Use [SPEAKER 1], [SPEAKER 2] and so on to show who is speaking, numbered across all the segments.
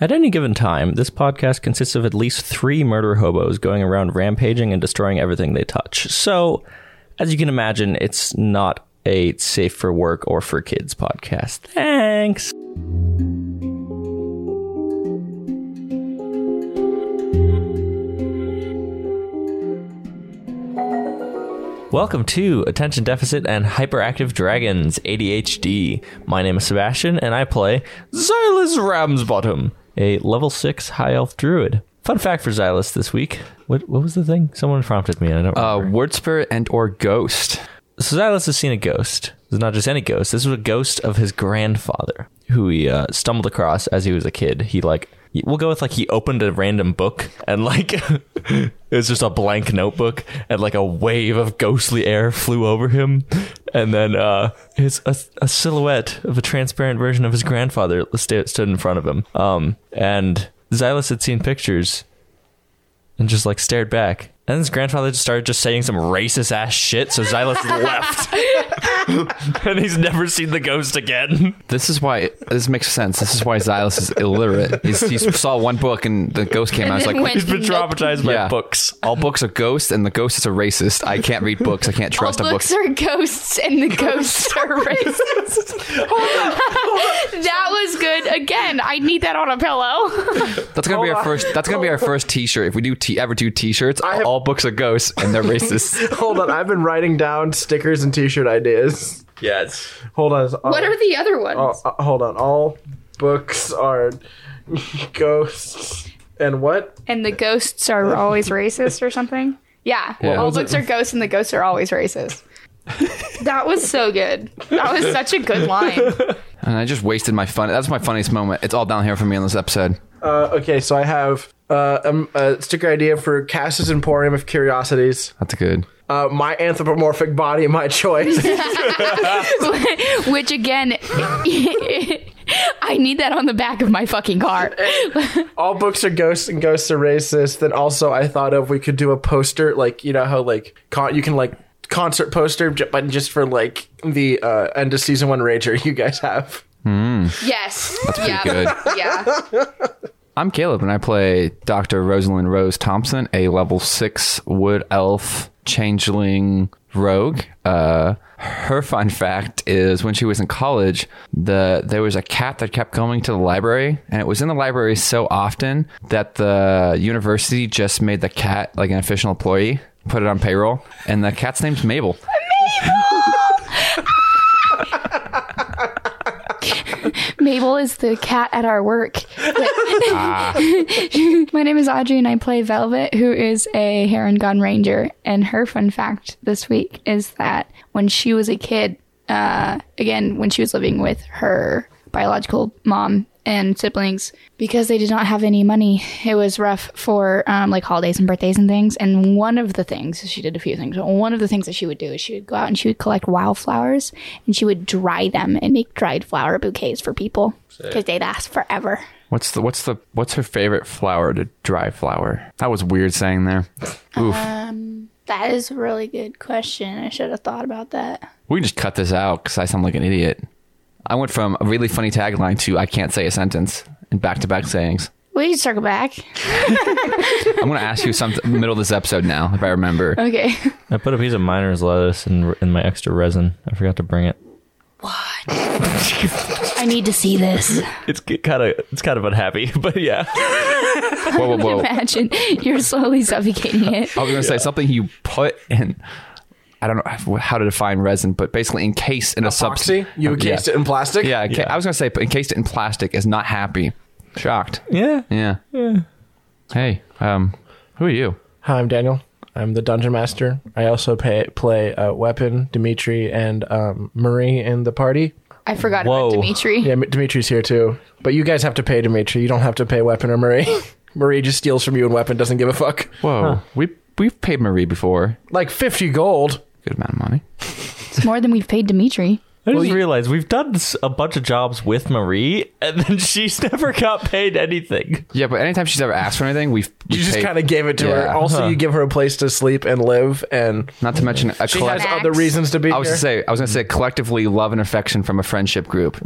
[SPEAKER 1] At any given time, this podcast consists of at least three murder hobos going around rampaging and destroying everything they touch. So, as you can imagine, it's not a safe for work or for kids podcast. Thanks. Welcome to Attention Deficit and Hyperactive Dragons ADHD. My name is Sebastian, and I play Xylus Ramsbottom, a level six high elf druid. Fun fact for Xylus this week: what what was the thing? Someone prompted me, and I don't.
[SPEAKER 2] Uh,
[SPEAKER 1] remember.
[SPEAKER 2] word spirit and or ghost.
[SPEAKER 1] So Xylus has seen a ghost. It's not just any ghost. This was a ghost of his grandfather, who he uh, stumbled across as he was a kid. He like we'll go with like he opened a random book and like it was just a blank notebook and like a wave of ghostly air flew over him and then uh his a, a silhouette of a transparent version of his grandfather sta- stood in front of him um and Xylus had seen pictures and just like stared back. And his grandfather just started just saying some racist ass shit, so Xylus left. and he's never seen the ghost again.
[SPEAKER 2] This is why this makes sense. This is why Xylus is illiterate. He's, he saw one book and the ghost came. out. I was
[SPEAKER 3] And
[SPEAKER 2] like,
[SPEAKER 3] then
[SPEAKER 1] He's been traumatized by
[SPEAKER 2] Yeah.
[SPEAKER 1] books.
[SPEAKER 2] all books are ghosts and the ghost is a racist. I can't read books. I can't trust
[SPEAKER 3] All
[SPEAKER 2] a book.
[SPEAKER 3] books are ghosts and the ghosts are racists. that was good. Again, I need that on a pillow.
[SPEAKER 2] that's gonna be our first. That's gonna be our first T-shirt. If we do t- ever do T-shirts,
[SPEAKER 4] have-
[SPEAKER 2] all books are ghosts and they're racist.
[SPEAKER 4] Hold on, I've been writing down stickers and T-shirt ideas.
[SPEAKER 1] Yes.
[SPEAKER 4] Hold on.
[SPEAKER 3] what are the other ones?
[SPEAKER 4] All, uh, hold on. All books are ghosts. And what?
[SPEAKER 3] And the ghosts are always racist or something? uh, Yeah.
[SPEAKER 2] Yeah.
[SPEAKER 3] All
[SPEAKER 2] Was
[SPEAKER 3] books are ghosts and the ghosts are always racist. that was so good. That was such a good line.
[SPEAKER 2] and I just wasted my fun. That's my funniest moment. It's all down here for me on this episode.
[SPEAKER 4] Uh, okay, so I have uh, um, a sticker idea for Cass's Emporium of Curiosities.
[SPEAKER 2] That's good.
[SPEAKER 4] Uh, my anthropomorphic body, my choice.
[SPEAKER 3] Which again I need that on the back of my fucking car.
[SPEAKER 4] all books are ghosts and ghosts are racist. Then also, I thought of we could do a poster, like you know how like con- you can like concert poster, j- but just for like the uh, end of season one rager you guys have.
[SPEAKER 3] Yes.
[SPEAKER 2] pretty
[SPEAKER 3] yeah.
[SPEAKER 2] good.
[SPEAKER 3] Yeah.
[SPEAKER 2] I'm Caleb, and I play Dr. Rosalind Rose Thompson, a level six wood elf changeling rogue. Uh, her fun fact is when she was in college, the there was a cat that kept going to the library, and it was in the library so often that the university just made the cat like an official employee, put it on payroll, and the cat's name's Mabel.
[SPEAKER 3] Mabel is the cat at our work. My name is Audrey, and I play Velvet, who is a hair and gun ranger. And her fun fact this week is that when she was a kid, uh, again, when she was living with her biological mom and siblings, because they did not have any money, it was rough for um, like holidays and birthdays and things. And one of the things she did a few things. but One of the things that she would do is she would go out and she would collect wildflowers and she would dry them and make dried flower bouquets for people because they'd last forever.
[SPEAKER 2] What's the what's the what's her favorite flower to dry flower? That was weird saying there. Oof.
[SPEAKER 3] That is a really good question. I should have thought about that.
[SPEAKER 2] We can just cut this out because I sound like an idiot. I went from a really funny tagline to I can't say a sentence in back to back sayings.
[SPEAKER 3] We can circle back.
[SPEAKER 2] I'm going to ask you something middle of this episode now, if I remember.
[SPEAKER 3] Okay.
[SPEAKER 1] I put a piece of miner's lettuce in, in my extra resin. I forgot to bring it.
[SPEAKER 3] I need to see this.
[SPEAKER 1] It's kind of it's kind of unhappy, but yeah.
[SPEAKER 2] Whoa, whoa, whoa.
[SPEAKER 3] Imagine you're slowly suffocating it.
[SPEAKER 2] I was going to say something you put in. I don't know how to define resin, but basically encased in a
[SPEAKER 4] Epoxy?
[SPEAKER 2] substance.
[SPEAKER 4] You encased it in plastic?
[SPEAKER 2] Uh, Yeah, enca-
[SPEAKER 1] Yeah.
[SPEAKER 2] I was going to say but encased it in plastic is not happy. Shocked.
[SPEAKER 1] Yeah.
[SPEAKER 2] Yeah. Hey, um, who are you?
[SPEAKER 4] Hi, I'm Daniel. I'm the dungeon master. I also pay, play uh, Weapon, Dimitri, and um, Marie in the party.
[SPEAKER 3] I forgot
[SPEAKER 1] Whoa.
[SPEAKER 3] about Dimitri.
[SPEAKER 4] Yeah, M- Dimitri's here too. But you guys have to pay Dimitri. You don't have to pay Weapon or Marie. Marie just steals from you and Weapon doesn't give a fuck.
[SPEAKER 2] Whoa. We, we've paid Marie before.
[SPEAKER 4] Like 50 gold.
[SPEAKER 2] Good amount of money.
[SPEAKER 3] It's more than we've paid Dimitri.
[SPEAKER 1] I just realized we've done s- a bunch of jobs with Marie, and then she's never got paid anything.
[SPEAKER 2] Yeah, but anytime she's ever asked for anything, we've
[SPEAKER 4] You just kind of gave it to her.
[SPEAKER 2] Yeah.
[SPEAKER 4] Also,
[SPEAKER 1] Huh.
[SPEAKER 4] you give her a place to sleep and live, and
[SPEAKER 2] Not to mention a
[SPEAKER 4] she
[SPEAKER 2] collect-
[SPEAKER 4] has other reasons to be
[SPEAKER 2] I was
[SPEAKER 4] here.
[SPEAKER 2] gonna say I was gonna
[SPEAKER 4] Mm-hmm.
[SPEAKER 2] say collectively love and affection from a friendship group.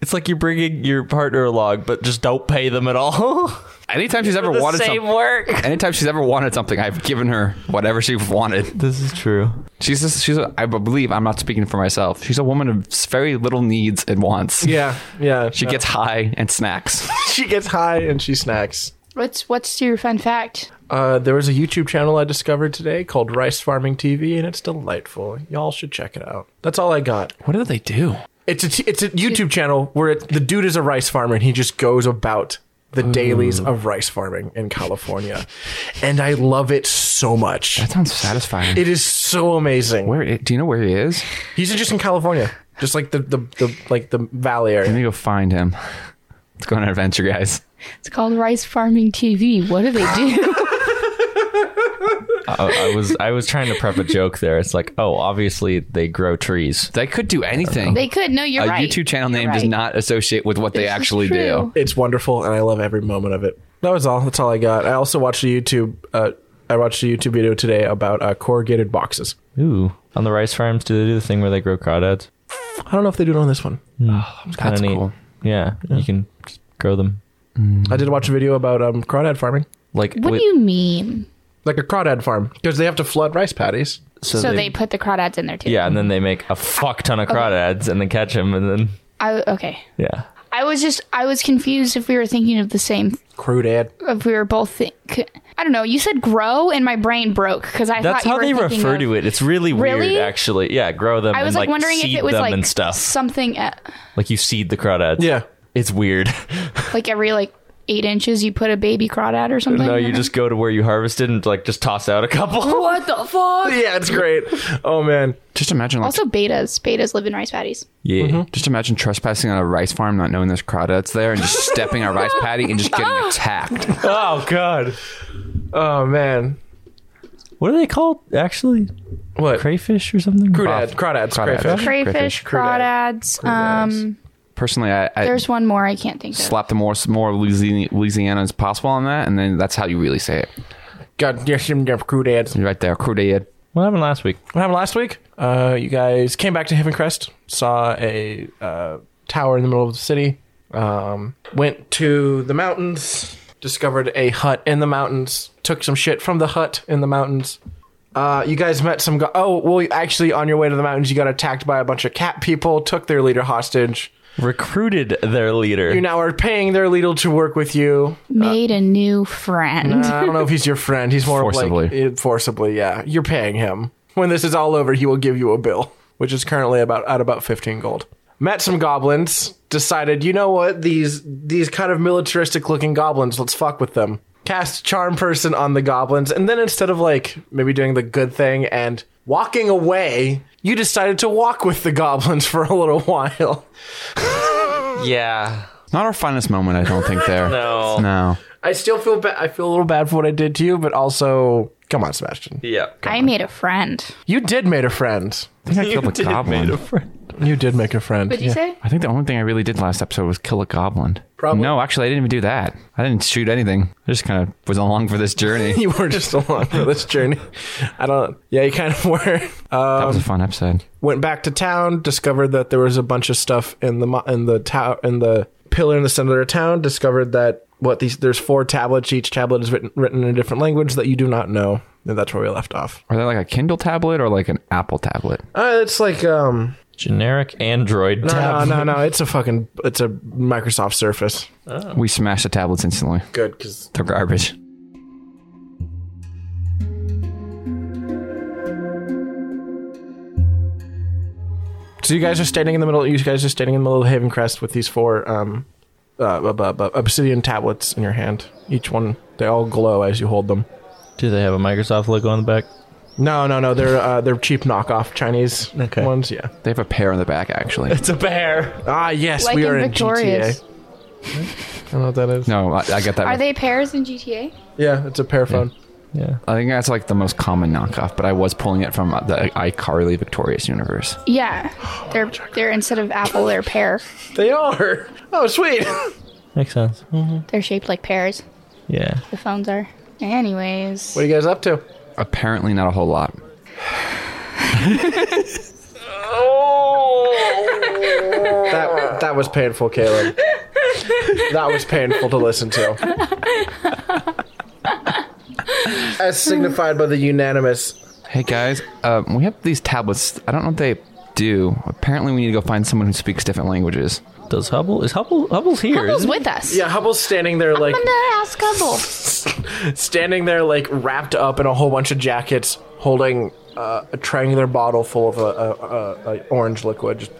[SPEAKER 1] It's like you're bringing your partner along, but just don't pay them at all.
[SPEAKER 2] Anytime she's ever wanted something,
[SPEAKER 1] work.
[SPEAKER 2] anytime she's ever wanted something, I've given her whatever she wanted.
[SPEAKER 1] This is true.
[SPEAKER 2] She's just, she's a, I believe I'm not speaking for myself. She's a woman of very little needs and wants.
[SPEAKER 4] yeah, yeah.
[SPEAKER 2] She gets high and snacks.
[SPEAKER 4] she gets high and she snacks.
[SPEAKER 3] What's what's your fun fact?
[SPEAKER 4] Uh, there was a YouTube channel I discovered today called Rice Farming TV, and it's delightful. Y'all should check it out. That's all I got.
[SPEAKER 2] what do they do?
[SPEAKER 4] It's a t- it's a YouTube channel where it, the dude is a rice farmer and he just goes about the dailies of rice farming in California, and I love it so much.
[SPEAKER 2] That sounds satisfying.
[SPEAKER 4] It is so amazing.
[SPEAKER 2] where i- do you know where he is?
[SPEAKER 4] He's just in California, just like the the, the like the valley area.
[SPEAKER 2] Let me go find him. Let's go on an adventure, guys.
[SPEAKER 3] It's called Rice Farming TV. What do they do?
[SPEAKER 1] I, I was I was trying to prep a joke there. It's like, oh, obviously they grow trees.
[SPEAKER 2] They could do anything.
[SPEAKER 3] they could. No, you're
[SPEAKER 2] a
[SPEAKER 3] right.
[SPEAKER 2] YouTube channel name
[SPEAKER 3] You're
[SPEAKER 2] does
[SPEAKER 3] right.
[SPEAKER 2] not associate with what they
[SPEAKER 3] This is
[SPEAKER 2] actually
[SPEAKER 3] true.
[SPEAKER 2] do.
[SPEAKER 4] it's wonderful and I love every moment of it. That was all. That's all I got. I also watched a YouTube. Uh, I watched a YouTube video today about uh, corrugated boxes.
[SPEAKER 1] Ooh, on the rice farms, do they do the thing where they grow crawdads?
[SPEAKER 4] I don't know if they do it on this one.
[SPEAKER 1] It's kind
[SPEAKER 2] That's
[SPEAKER 1] of neat.
[SPEAKER 2] cool.
[SPEAKER 1] Yeah, you can just grow them.
[SPEAKER 4] I did watch a video about um, crawdad farming,
[SPEAKER 1] Like
[SPEAKER 3] What
[SPEAKER 1] wait-
[SPEAKER 3] do you mean?
[SPEAKER 4] like a crawdad farm, because they have to flood rice paddies.
[SPEAKER 1] so,
[SPEAKER 3] So, they, put the crawdads in there too.
[SPEAKER 1] yeah, and then they make a fuck ton of crawdads and then catch them and then
[SPEAKER 3] I, Oh, okay.
[SPEAKER 1] yeah.
[SPEAKER 3] I was just I was confused if we were thinking of the same.
[SPEAKER 4] Crawdad.
[SPEAKER 3] If we were both. Think, I don't know. You said grow, and my brain broke because I
[SPEAKER 1] That's
[SPEAKER 3] thought you
[SPEAKER 1] how
[SPEAKER 3] were
[SPEAKER 1] they
[SPEAKER 3] thinking
[SPEAKER 1] refer
[SPEAKER 3] of,
[SPEAKER 1] to it. It's really,
[SPEAKER 3] Really?
[SPEAKER 1] weird, actually. Yeah, grow them.
[SPEAKER 3] I was
[SPEAKER 1] and,
[SPEAKER 3] like, wondering if
[SPEAKER 1] seed
[SPEAKER 3] it was
[SPEAKER 1] them
[SPEAKER 3] like
[SPEAKER 1] and stuff.
[SPEAKER 3] something uh,
[SPEAKER 1] Like you seed the crawdads.
[SPEAKER 4] Yeah.
[SPEAKER 1] it's weird.
[SPEAKER 3] like every like eight inches you put a baby crawdad or something.
[SPEAKER 1] no, you just go to where you harvested and like just toss out a couple.
[SPEAKER 3] what the fuck?
[SPEAKER 4] Yeah, it's great. Oh man,
[SPEAKER 2] Just imagine, like,
[SPEAKER 3] Also, betas. Betas live in rice paddies.
[SPEAKER 1] yeah,
[SPEAKER 2] just imagine trespassing on a rice farm, not knowing there's crawdads there, and just stepping on a rice paddy and just getting attacked.
[SPEAKER 4] oh god, oh man.
[SPEAKER 1] What are they called actually?
[SPEAKER 4] What
[SPEAKER 1] Crayfish or something?
[SPEAKER 4] crawdad? Crawdads,
[SPEAKER 2] Crawdad.
[SPEAKER 4] crayfish.
[SPEAKER 3] Crayfish,
[SPEAKER 2] Crayfish,
[SPEAKER 3] crawdads. Um,
[SPEAKER 2] Personally, I, I
[SPEAKER 3] there's one more I can't think
[SPEAKER 1] uh,
[SPEAKER 3] of.
[SPEAKER 2] slap the more more Louisiana Louisiana as possible on that, and then that's how you really say it.
[SPEAKER 4] God, yes, you have crawdads.
[SPEAKER 2] You're right there, crawdad.
[SPEAKER 1] What happened last week?
[SPEAKER 4] What happened last week? Uh, you guys came back to Haven Crest, saw a uh, tower in the middle of the city, um, went to the mountains, discovered a hut in the mountains, took some shit from the hut in the mountains. Uh, you guys met some. Go- oh, well, actually, on your way to the mountains, you got attacked by a bunch of cat people, took their leader hostage.
[SPEAKER 1] Recruited their leader.
[SPEAKER 4] You now are paying their leader to work with you.
[SPEAKER 3] Made a new friend.
[SPEAKER 4] Uh, I don't know if he's your friend. He's more Of
[SPEAKER 2] Forcibly.
[SPEAKER 4] like, eh, forcibly, yeah. You're paying him. When this is all over, he will give you a bill, which is currently about at about 15 gold. Met some goblins, decided, you know what, these these kind of militaristic looking goblins, let's fuck with them. Cast charm person on the goblins, and then instead of like maybe doing the good thing and walking away, you decided to walk with the goblins for a little while.
[SPEAKER 1] yeah.
[SPEAKER 2] Not our finest moment, I don't think. There,
[SPEAKER 1] No.
[SPEAKER 2] no.
[SPEAKER 4] I still feel bad. I feel a little bad for what I did to you, but also, come on, Sebastian,
[SPEAKER 1] Yeah.
[SPEAKER 3] I made a friend.
[SPEAKER 4] you did made a friend.
[SPEAKER 2] I think I killed a goblin.
[SPEAKER 4] You did make a friend.
[SPEAKER 3] What'd you say?
[SPEAKER 2] I think the only thing I really did last episode was kill a goblin.
[SPEAKER 4] Probably.
[SPEAKER 2] No, actually, I didn't even do that. I didn't shoot anything. I just kind of was along for this journey.
[SPEAKER 4] you were just along for this journey. I don't. Yeah, you kind of were. Uh,
[SPEAKER 2] that was a fun episode.
[SPEAKER 4] went back to town. Discovered that there was a bunch of stuff in the mo- in the tower in the pillar in the center of town. Discovered that what these there's four tablets. Each tablet is written written in a different language that you do not know. And that's where we left off.
[SPEAKER 2] Are they like a Kindle tablet or like an Apple tablet?
[SPEAKER 4] Uh, it's like um
[SPEAKER 1] Generic Android
[SPEAKER 4] no
[SPEAKER 1] tab.
[SPEAKER 4] no no. It's a fucking it's a Microsoft Surface.
[SPEAKER 2] We smashed the tablets instantly.
[SPEAKER 4] Oh. Good because
[SPEAKER 2] They're garbage.
[SPEAKER 4] So you guys are standing in the middle. You guys are standing in the middle of Haven Crest with these four um, uh, ob- ob- ob- obsidian tablets in your hand. Each one, they all glow as you hold them.
[SPEAKER 1] Do they have a Microsoft logo on the back?
[SPEAKER 4] No, no, no. They're uh, they're cheap knockoff Chinese
[SPEAKER 1] Okay.
[SPEAKER 4] ones. Yeah.
[SPEAKER 2] They have a pear in the back, actually.
[SPEAKER 1] It's a bear.
[SPEAKER 4] Ah, yes,
[SPEAKER 3] Like
[SPEAKER 4] we are
[SPEAKER 3] in
[SPEAKER 4] in
[SPEAKER 3] Victorious.
[SPEAKER 4] GTA. I don't know what that is.
[SPEAKER 2] No, I, I got that.
[SPEAKER 3] Are
[SPEAKER 2] right.
[SPEAKER 3] they pairs in GTA?
[SPEAKER 4] Yeah, it's a pair phone.
[SPEAKER 1] Yeah.
[SPEAKER 2] I think that's like the most common knockoff, but I was pulling it from uh, the iCarly Victorious universe.
[SPEAKER 3] Yeah,
[SPEAKER 1] Oh,
[SPEAKER 3] they're they're instead of apple, they're pear.
[SPEAKER 4] They are. Oh, sweet.
[SPEAKER 1] Makes sense.
[SPEAKER 3] They're shaped like pears.
[SPEAKER 1] Yeah.
[SPEAKER 3] The phones are. Anyways,
[SPEAKER 4] What are you guys up to?
[SPEAKER 2] Apparently, not a whole lot.
[SPEAKER 4] That that was painful, Caleb. That was painful to listen to. As signified by the unanimous.
[SPEAKER 2] Hey guys, um, we have these tablets. I don't know what they do. Apparently, we need to go find someone who speaks different languages.
[SPEAKER 1] Does Hubble is Hubble Hubble's here?
[SPEAKER 3] Hubble's
[SPEAKER 1] isn't he?
[SPEAKER 3] with us.
[SPEAKER 4] Yeah, Hubble's standing there like
[SPEAKER 3] I'm gonna ask Hubble.
[SPEAKER 4] standing there like wrapped up in a whole bunch of jackets, holding uh, a triangular bottle full of a, a, a, a orange liquid. Just,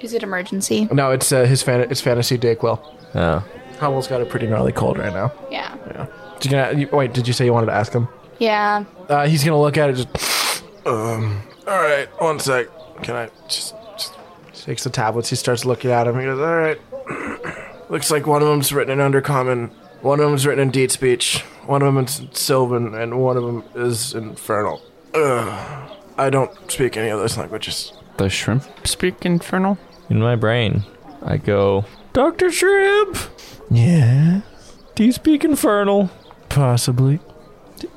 [SPEAKER 3] Is it emergency?
[SPEAKER 4] no, it's uh, his fan- it's fantasy Dayquil.
[SPEAKER 1] Oh.
[SPEAKER 4] Hubble's got a pretty gnarly cold right now.
[SPEAKER 3] Yeah.
[SPEAKER 4] Yeah. Did you, you, wait, did you say you wanted to ask him?
[SPEAKER 3] Yeah.
[SPEAKER 4] Uh, he's gonna look at it. Just. Um. All right. One sec. Can I just, just takes the tablets? He starts looking at them. He goes, "All right. Looks like one of them's written in Undercommon. One of them's written in Deed Speech. One of them is Sylvan, and one of them is Infernal. Ugh. I don't speak any of those languages.
[SPEAKER 2] The shrimp speak infernal?
[SPEAKER 1] In my brain, I go, Doctor Shrimp. Yeah. Do you speak Infernal?
[SPEAKER 4] Possibly.
[SPEAKER 1] Do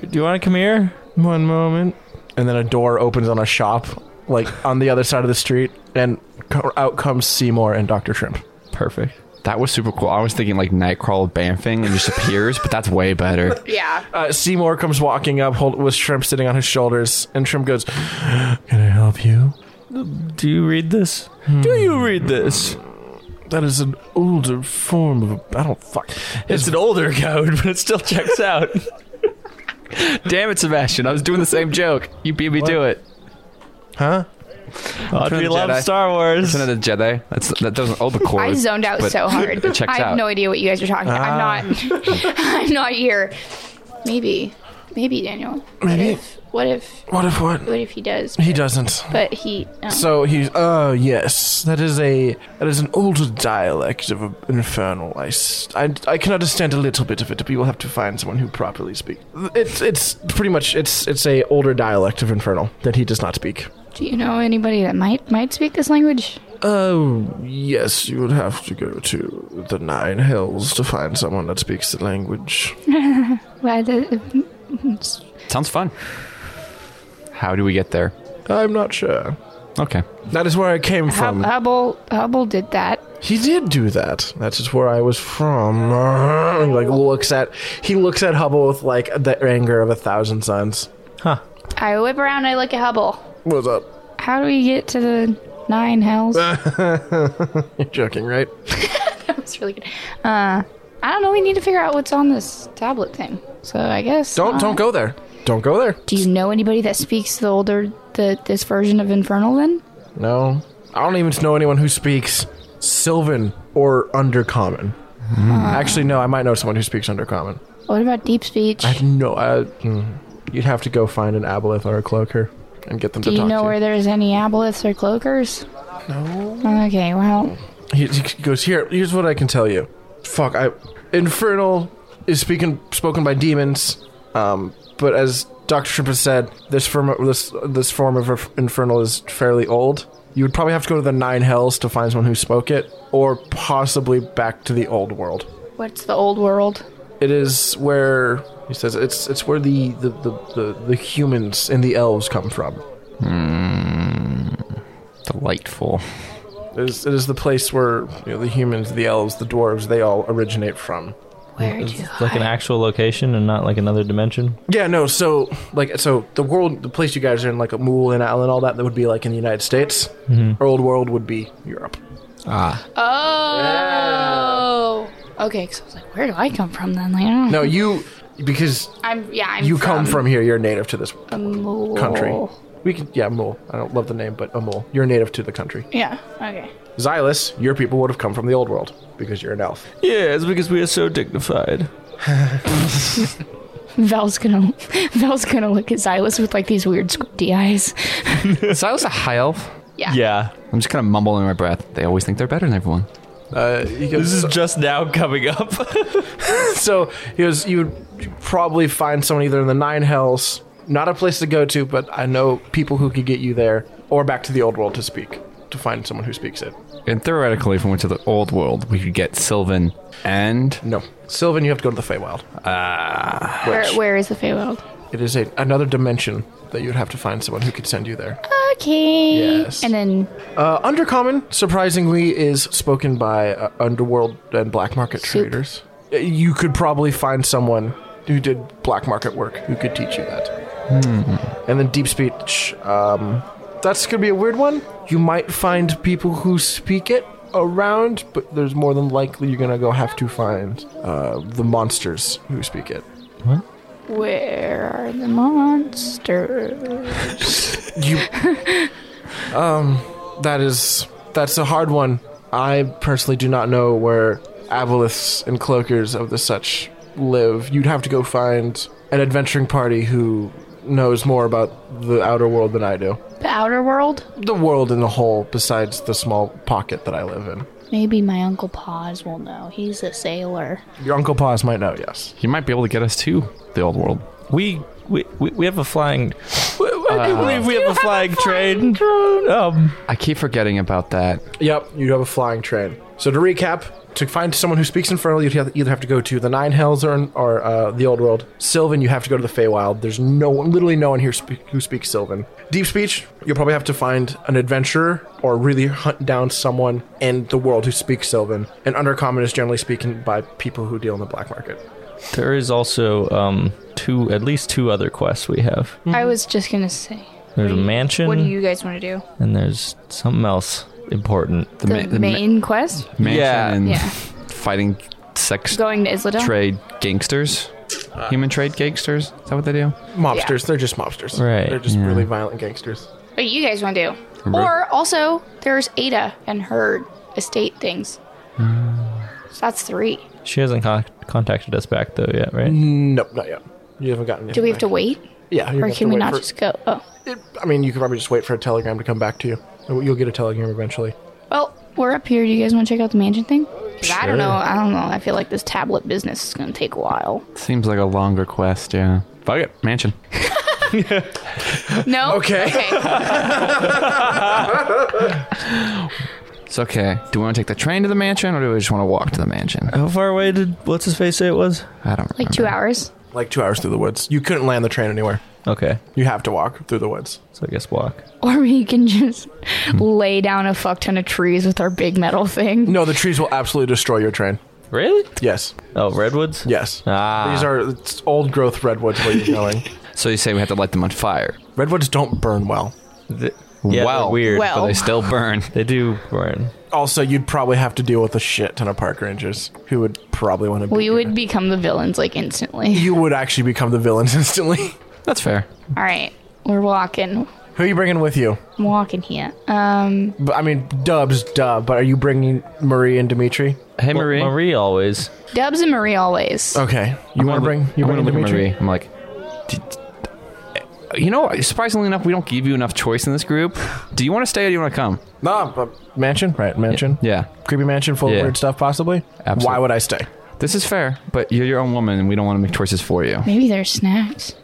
[SPEAKER 1] do you want to come here?
[SPEAKER 4] One moment. And then a door opens on a shop, like on the other side of the street, and co- out comes Seymour and Doctor Shrimp.
[SPEAKER 1] Perfect.
[SPEAKER 2] That was super cool. I was thinking like Nightcrawler bamfing and just appears, but that's way better.
[SPEAKER 3] Yeah.
[SPEAKER 4] Uh, Seymour comes walking up hold, with Shrimp sitting on his shoulders, and Shrimp goes, Can I help you?
[SPEAKER 1] Do you read this? Do you read this?
[SPEAKER 4] That is an older form of. I don't fuck.
[SPEAKER 1] It's an older code, but it still checks out.
[SPEAKER 2] Damn it, Sebastian! I was doing the same joke. You beat me to it.
[SPEAKER 4] Huh?
[SPEAKER 1] Audrey
[SPEAKER 2] Jedi.
[SPEAKER 1] loves Star Wars.
[SPEAKER 2] Isn't it a Jedi? That's that doesn't all the core.
[SPEAKER 3] I zoned out
[SPEAKER 2] but
[SPEAKER 3] so hard.
[SPEAKER 2] it checks
[SPEAKER 3] I have
[SPEAKER 2] out.
[SPEAKER 3] no idea what you guys are talking about. I'm not. I'm not here. Maybe. Maybe Daniel.
[SPEAKER 4] Maybe.
[SPEAKER 3] What if?
[SPEAKER 4] What if what?
[SPEAKER 3] What if he does?
[SPEAKER 4] He doesn't.
[SPEAKER 3] But he. um, No.
[SPEAKER 4] So he's. Uh, yes. That is a. That is an older dialect of Infernal. I, s- I, I can understand a little bit of it, but you will have to find someone who properly speaks. It's, it's pretty much. It's, it's a older dialect of Infernal that he does not speak.
[SPEAKER 3] Do you know anybody that might might speak this language?
[SPEAKER 4] Oh, yes, you would have to go to the Nine Hills to find someone that speaks the language.
[SPEAKER 3] Why the?
[SPEAKER 2] Sounds fun. How do we get there?
[SPEAKER 4] I'm not sure.
[SPEAKER 2] Okay.
[SPEAKER 4] That is where I came
[SPEAKER 3] Hub,
[SPEAKER 4] from.
[SPEAKER 3] Hubble. Hubble did that.
[SPEAKER 4] he did do that. That is where I was from. Uh-huh. He, like looks at he looks at Hubble with like the anger of a thousand suns.
[SPEAKER 3] I whip around. I look at Hubble.
[SPEAKER 4] What's up?
[SPEAKER 3] How do we get to the nine hells?
[SPEAKER 4] You're joking, right?
[SPEAKER 3] That's really good. Uh, I don't know. We need to figure out what's on this tablet thing. So I guess.
[SPEAKER 4] Don't
[SPEAKER 3] uh,
[SPEAKER 4] don't go there. Don't go there.
[SPEAKER 3] Do you know anybody that speaks the older the this version of Infernal? Then
[SPEAKER 4] No. I don't even know anyone who speaks Sylvan or Undercommon. Actually, no, I might know someone who speaks Undercommon.
[SPEAKER 3] what about deep speech?
[SPEAKER 4] I have no. I, mm, you'd have to go find an aboleth or a cloaker and get them
[SPEAKER 3] do
[SPEAKER 4] to
[SPEAKER 3] you
[SPEAKER 4] talk
[SPEAKER 3] know
[SPEAKER 4] to
[SPEAKER 3] where there's any aboliths or cloakers? No. Okay. Well,
[SPEAKER 4] you. He, he goes here. Here's what I can tell you. Fuck. I infernal is speaking spoken by demons. Um, but as Doctor Shrimp has said, this form of, this this form of inf- infernal is fairly old. You would probably have to go to the nine hells to find someone who spoke it, or possibly back to the old world.
[SPEAKER 3] what's the old world?
[SPEAKER 4] It is where he says it's it's where the the, the, the, the humans and the elves come from.
[SPEAKER 2] Mm, Delightful.
[SPEAKER 4] It is, it is the place where you know, the humans, the elves, the dwarves, they all originate from.
[SPEAKER 3] Where do
[SPEAKER 1] It's like an actual location and not like another dimension.
[SPEAKER 4] Yeah, no, so, like, so the world, the place you guys are in, like, a Mool and Al and all that, that would be, like, in the United States.
[SPEAKER 1] Mm-hmm.
[SPEAKER 4] Our old world would be Europe.
[SPEAKER 2] Ah.
[SPEAKER 3] Oh. Okay. Because I was like, where do I come from then? Like, I don't
[SPEAKER 4] No, you, because
[SPEAKER 3] I'm yeah. I'm
[SPEAKER 4] you come from here, you're native to this
[SPEAKER 3] a
[SPEAKER 4] country.
[SPEAKER 3] mole.
[SPEAKER 4] We can, yeah, Mool. I don't love the name, but a Mool. You're native to the country.
[SPEAKER 3] Yeah. Okay.
[SPEAKER 4] Xylus, your people would have come from the old world because you're an elf.
[SPEAKER 1] Yeah, it's because we are so dignified.
[SPEAKER 3] Val's gonna Val's gonna look at Xylus with like these weird squinty eyes.
[SPEAKER 2] Silas a high elf.
[SPEAKER 3] Yeah.
[SPEAKER 1] Yeah.
[SPEAKER 2] I'm just kind of mumbling in my breath. They always think they're better than everyone.
[SPEAKER 4] Uh, you can-
[SPEAKER 1] This is just now coming up.
[SPEAKER 4] so he was you would probably find someone either in the nine hells not a place to go to but i know people who could get you there or back to the old world to speak to find someone who speaks it
[SPEAKER 2] And theoretically, if we went to the old world, we could get Sylvan and
[SPEAKER 4] no sylvan you have to go to the Feywild.
[SPEAKER 3] Where,
[SPEAKER 4] Which-
[SPEAKER 3] where is the Feywild?
[SPEAKER 4] it is a, another dimension that you would have to find someone who could send you there
[SPEAKER 3] Okay.
[SPEAKER 4] Yes.
[SPEAKER 3] And then
[SPEAKER 4] uh, undercommon surprisingly is spoken by uh, underworld and black market
[SPEAKER 3] Soup.
[SPEAKER 4] traders Uh, you could probably find someone who did black market work who could teach you that and then deep speech. Um, that's gonna be a weird one. You might find people who speak it around, but there's more than likely you're gonna go have to find uh, the monsters who speak it.
[SPEAKER 3] where are the monsters?
[SPEAKER 4] You, um, that is that's a hard one. I personally do not know where aboliths and cloakers of the such live. You'd have to go find an adventuring party who knows more about the outer world than I do.
[SPEAKER 3] The outer world?
[SPEAKER 4] the world in the whole besides the small pocket that I live in.
[SPEAKER 3] Maybe my Uncle Paws will know. He's a sailor.
[SPEAKER 4] Your Uncle Paws might know, yes.
[SPEAKER 2] you might be able to get us to the old world.
[SPEAKER 1] we, we we we have a flying. I
[SPEAKER 3] Uh-huh.
[SPEAKER 1] do believe we have a flying train. Um,
[SPEAKER 2] I keep forgetting about that.
[SPEAKER 4] Yep, you have a flying train. So to recap, to find someone who speaks Infernal, you'd have, either have to go to the Nine Hells or, or uh, the Old World. Sylvan, you have to go to the Feywild. There's no one, literally no one here spe- who speaks Sylvan. Deep Speech, you'll probably have to find an adventurer or really hunt down someone in the world who speaks Sylvan. And Undercommon is generally speaking by people who deal in the black market.
[SPEAKER 1] there is also um two, at least two other quests we have.
[SPEAKER 3] I was just gonna say.
[SPEAKER 1] There's a mansion.
[SPEAKER 3] What do you guys want to do?
[SPEAKER 1] And there's something else important.
[SPEAKER 2] The,
[SPEAKER 3] The,
[SPEAKER 2] ma- the ma-
[SPEAKER 3] main quest?
[SPEAKER 2] mansion
[SPEAKER 1] Yeah.
[SPEAKER 2] and
[SPEAKER 3] Yeah.
[SPEAKER 2] fighting sex
[SPEAKER 3] Going to Islado?
[SPEAKER 2] trade gangsters,
[SPEAKER 1] Uh.
[SPEAKER 2] human trade gangsters. Is that what they do?
[SPEAKER 4] Mobsters, they're just mobsters.
[SPEAKER 1] Right,
[SPEAKER 4] They're just
[SPEAKER 2] yeah.
[SPEAKER 4] really violent gangsters.
[SPEAKER 3] What do you guys want to do?
[SPEAKER 2] Ru-
[SPEAKER 3] Or also, there's Ada and her estate things.
[SPEAKER 4] Mm.
[SPEAKER 3] So that's three.
[SPEAKER 1] She hasn't con- contacted us back though yet, right?
[SPEAKER 4] Nope, not yet. You haven't gotten.
[SPEAKER 3] Do we have to wait?
[SPEAKER 4] Yeah, you're
[SPEAKER 3] Or
[SPEAKER 4] gonna
[SPEAKER 3] can we
[SPEAKER 4] wait
[SPEAKER 3] not
[SPEAKER 4] for-
[SPEAKER 3] just go? Oh.
[SPEAKER 4] I mean, you could probably just wait for a telegram to come back to you. You'll get a telegram eventually.
[SPEAKER 3] Well, we're up here. Do you guys want to check out the mansion thing? 'Cause I
[SPEAKER 1] Sure.
[SPEAKER 3] don't know. I don't know. I feel like this tablet business is going to take a while.
[SPEAKER 2] Seems like a longer quest. Yeah. Fuck it, mansion.
[SPEAKER 3] No?
[SPEAKER 4] Okay.
[SPEAKER 3] Okay.
[SPEAKER 2] It's okay. Do we want to take the train to the mansion, or do we just want to walk to the mansion?
[SPEAKER 1] How far away did what's his face say it was?
[SPEAKER 2] I don't.
[SPEAKER 3] Like two hours.
[SPEAKER 4] Like two hours through the woods. You couldn't land the train anywhere.
[SPEAKER 1] Okay,
[SPEAKER 4] You have to walk through the woods.
[SPEAKER 1] so I guess walk.
[SPEAKER 3] Or we can just
[SPEAKER 2] mm-hmm.
[SPEAKER 3] lay down a fuck ton of trees with our big metal thing.
[SPEAKER 4] No, the trees will absolutely destroy your train.
[SPEAKER 1] Really?
[SPEAKER 4] Yes,
[SPEAKER 1] Oh, redwoods.
[SPEAKER 4] yes.
[SPEAKER 1] Ah.
[SPEAKER 4] These are it's old growth redwoods where you're going.
[SPEAKER 2] So you say we have to light them on fire?
[SPEAKER 4] redwoods don't burn well.
[SPEAKER 1] Th- yeah,
[SPEAKER 2] wow.
[SPEAKER 1] they're weird.
[SPEAKER 3] Well.
[SPEAKER 2] But they still burn.
[SPEAKER 1] They do burn.
[SPEAKER 4] Also, you'd probably have to deal with a shit ton of park rangers who would probably want to. Be
[SPEAKER 3] We would become the villains like instantly.
[SPEAKER 4] You would actually become the villains instantly.
[SPEAKER 2] That's fair.
[SPEAKER 3] All right. We're walking.
[SPEAKER 4] who are you bringing with you?
[SPEAKER 3] I'm walking here. Um,
[SPEAKER 4] But, I mean, Dub's Dub. But are you bringing Marie and Dimitri?
[SPEAKER 2] Hey
[SPEAKER 1] Well,
[SPEAKER 2] Marie.
[SPEAKER 1] Marie always.
[SPEAKER 3] Dubs and Marie always.
[SPEAKER 4] Okay, you want to bring you
[SPEAKER 2] I'm
[SPEAKER 4] bring
[SPEAKER 2] gonna look at
[SPEAKER 4] Dimitri?
[SPEAKER 2] Marie. I'm like, "D- d- uh, you know, surprisingly enough, we don't give you enough choice in this group. Do you want to stay or do you want to come?
[SPEAKER 4] No, but mansion, right? Mansion.
[SPEAKER 2] Yeah,
[SPEAKER 4] Creepy mansion full
[SPEAKER 2] Yeah.
[SPEAKER 4] of weird stuff, possibly.
[SPEAKER 2] Absolutely.
[SPEAKER 4] Why would I stay?
[SPEAKER 2] this is fair, but you're your own woman, and we don't want to make choices for you.
[SPEAKER 3] Maybe there's snacks.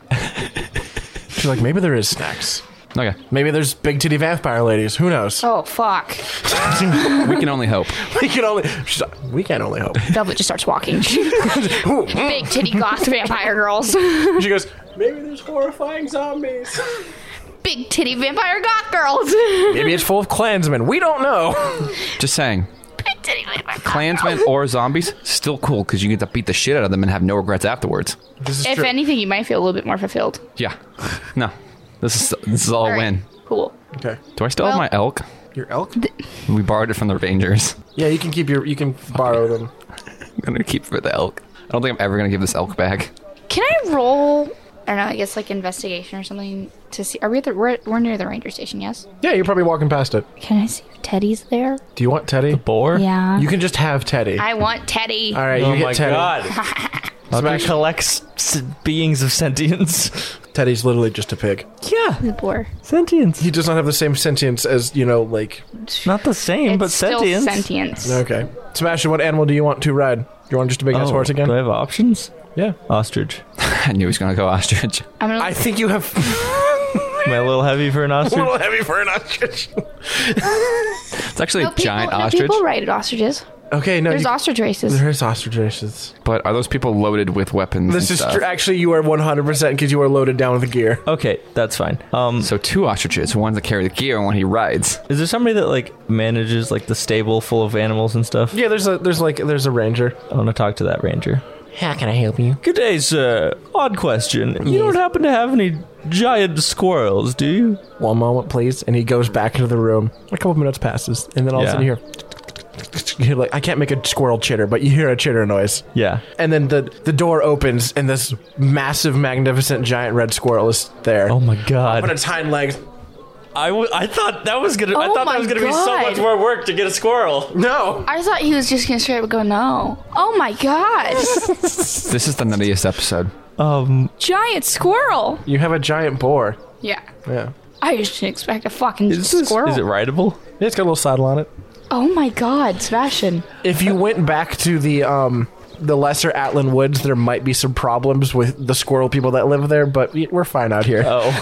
[SPEAKER 4] She's like, maybe there is snacks.
[SPEAKER 2] Okay,
[SPEAKER 4] Maybe there's big titty vampire ladies. Who knows?
[SPEAKER 3] Oh, fuck.
[SPEAKER 2] we can only hope.
[SPEAKER 4] We can only she's like, we can only hope.
[SPEAKER 3] Doublet just starts walking. Big titty goth vampire girls.
[SPEAKER 4] she goes, maybe there's horrifying zombies.
[SPEAKER 3] Big titty vampire goth girls.
[SPEAKER 4] maybe it's full of clansmen. We don't know.
[SPEAKER 2] Just saying,
[SPEAKER 3] Big titty vampire goth
[SPEAKER 2] clansmen
[SPEAKER 3] girls.
[SPEAKER 2] or zombies, still cool because you get to beat the shit out of them and have no regrets afterwards.
[SPEAKER 4] This is
[SPEAKER 3] If
[SPEAKER 4] true.
[SPEAKER 3] anything, you might feel a little bit more fulfilled.
[SPEAKER 2] Yeah, no, this is this is all,
[SPEAKER 3] All right,
[SPEAKER 2] win.
[SPEAKER 3] Cool.
[SPEAKER 4] okay,
[SPEAKER 2] Do I still have
[SPEAKER 3] Well-
[SPEAKER 2] my elk?
[SPEAKER 4] your elk.
[SPEAKER 2] We borrowed it from the rangers.
[SPEAKER 4] yeah, you can keep your. You can borrow them.
[SPEAKER 2] I'm gonna keep it for the elk. I don't think I'm ever gonna give this elk back.
[SPEAKER 3] Can I roll? I don't know. I guess like investigation or something to see. Are we at the? We're, we're near the ranger station. Yes.
[SPEAKER 4] Yeah, you're probably walking past it.
[SPEAKER 3] Can I see if Teddy's there?
[SPEAKER 4] Do you want Teddy?
[SPEAKER 1] Boar.
[SPEAKER 3] Yeah.
[SPEAKER 4] You can just have Teddy.
[SPEAKER 3] I want Teddy.
[SPEAKER 1] Oh
[SPEAKER 4] Oh All right, you get Teddy.
[SPEAKER 1] god. How do you
[SPEAKER 4] Smash.
[SPEAKER 1] collect s- beings of sentience?
[SPEAKER 4] Teddy's literally just a pig.
[SPEAKER 1] Yeah,
[SPEAKER 3] The boar.
[SPEAKER 1] sentience.
[SPEAKER 4] He does not have the same sentience as you know, like.
[SPEAKER 1] Not the same,
[SPEAKER 3] It's
[SPEAKER 1] but
[SPEAKER 3] still
[SPEAKER 1] sentience.
[SPEAKER 3] sentience.
[SPEAKER 4] Okay, Sebastian, what animal do you want to ride? You want just a big ass
[SPEAKER 1] Oh,
[SPEAKER 4] horse
[SPEAKER 1] Do I
[SPEAKER 4] again?
[SPEAKER 1] have options?
[SPEAKER 4] Yeah.
[SPEAKER 1] Ostrich.
[SPEAKER 2] I knew he was going to go ostrich.
[SPEAKER 3] I'm gonna
[SPEAKER 4] I think you have
[SPEAKER 1] Am I a little heavy for an
[SPEAKER 4] a
[SPEAKER 1] ostrich?
[SPEAKER 4] little heavy for an ostrich.
[SPEAKER 2] It's actually
[SPEAKER 3] No,
[SPEAKER 2] a
[SPEAKER 3] people-
[SPEAKER 2] giant
[SPEAKER 3] no,
[SPEAKER 2] ostrich.
[SPEAKER 3] People ride at ostriches.
[SPEAKER 4] Okay, no,
[SPEAKER 3] There's
[SPEAKER 4] you,
[SPEAKER 3] ostrich races.
[SPEAKER 4] there is ostrich races.
[SPEAKER 2] But are those people loaded with weapons? and
[SPEAKER 4] This is
[SPEAKER 2] stuff?
[SPEAKER 4] tr- actually you are one hundred percent because you are loaded down with gear.
[SPEAKER 1] Okay, that's fine. Um,
[SPEAKER 2] So two ostriches, one that carry the gear and one he rides.
[SPEAKER 1] is there somebody that like manages like the stable full of animals and stuff?
[SPEAKER 4] Yeah, there's a there's like there's a ranger.
[SPEAKER 1] I want to talk to that ranger.
[SPEAKER 5] How can I help you?
[SPEAKER 1] Good day, sir. Odd question. You don't happen to have any giant squirrels, do you?
[SPEAKER 4] One moment, please. And he goes back into the room. A couple minutes passes, and then all
[SPEAKER 1] Yeah.
[SPEAKER 4] of a sudden you hear, you're like, I can't make a squirrel chitter, but you hear a chitter noise.
[SPEAKER 1] Yeah.
[SPEAKER 4] And then the the door opens, and this massive, magnificent, giant red squirrel is there.
[SPEAKER 1] Oh my
[SPEAKER 4] On
[SPEAKER 1] god.
[SPEAKER 4] its hind legs.
[SPEAKER 1] I, w- I thought that was gonna. I
[SPEAKER 3] Oh
[SPEAKER 1] thought
[SPEAKER 3] my
[SPEAKER 1] that was gonna be so
[SPEAKER 3] God.
[SPEAKER 1] much more work to get a squirrel.
[SPEAKER 4] No.
[SPEAKER 3] I thought he was just gonna straight up go no. Oh my god!
[SPEAKER 2] This is the nuttiest episode.
[SPEAKER 1] Um.
[SPEAKER 3] giant squirrel.
[SPEAKER 4] You have a giant boar.
[SPEAKER 3] Yeah.
[SPEAKER 4] Yeah.
[SPEAKER 3] I just didn't expect a fucking
[SPEAKER 1] Is this?
[SPEAKER 3] squirrel.
[SPEAKER 1] Is it rideable?
[SPEAKER 4] It's got a little saddle on it.
[SPEAKER 3] Oh my god, Sebastian.
[SPEAKER 4] If you went back to the um the lesser Atlan Woods, there might be some problems with the squirrel people that live there, but we- we're fine out here.
[SPEAKER 1] Oh.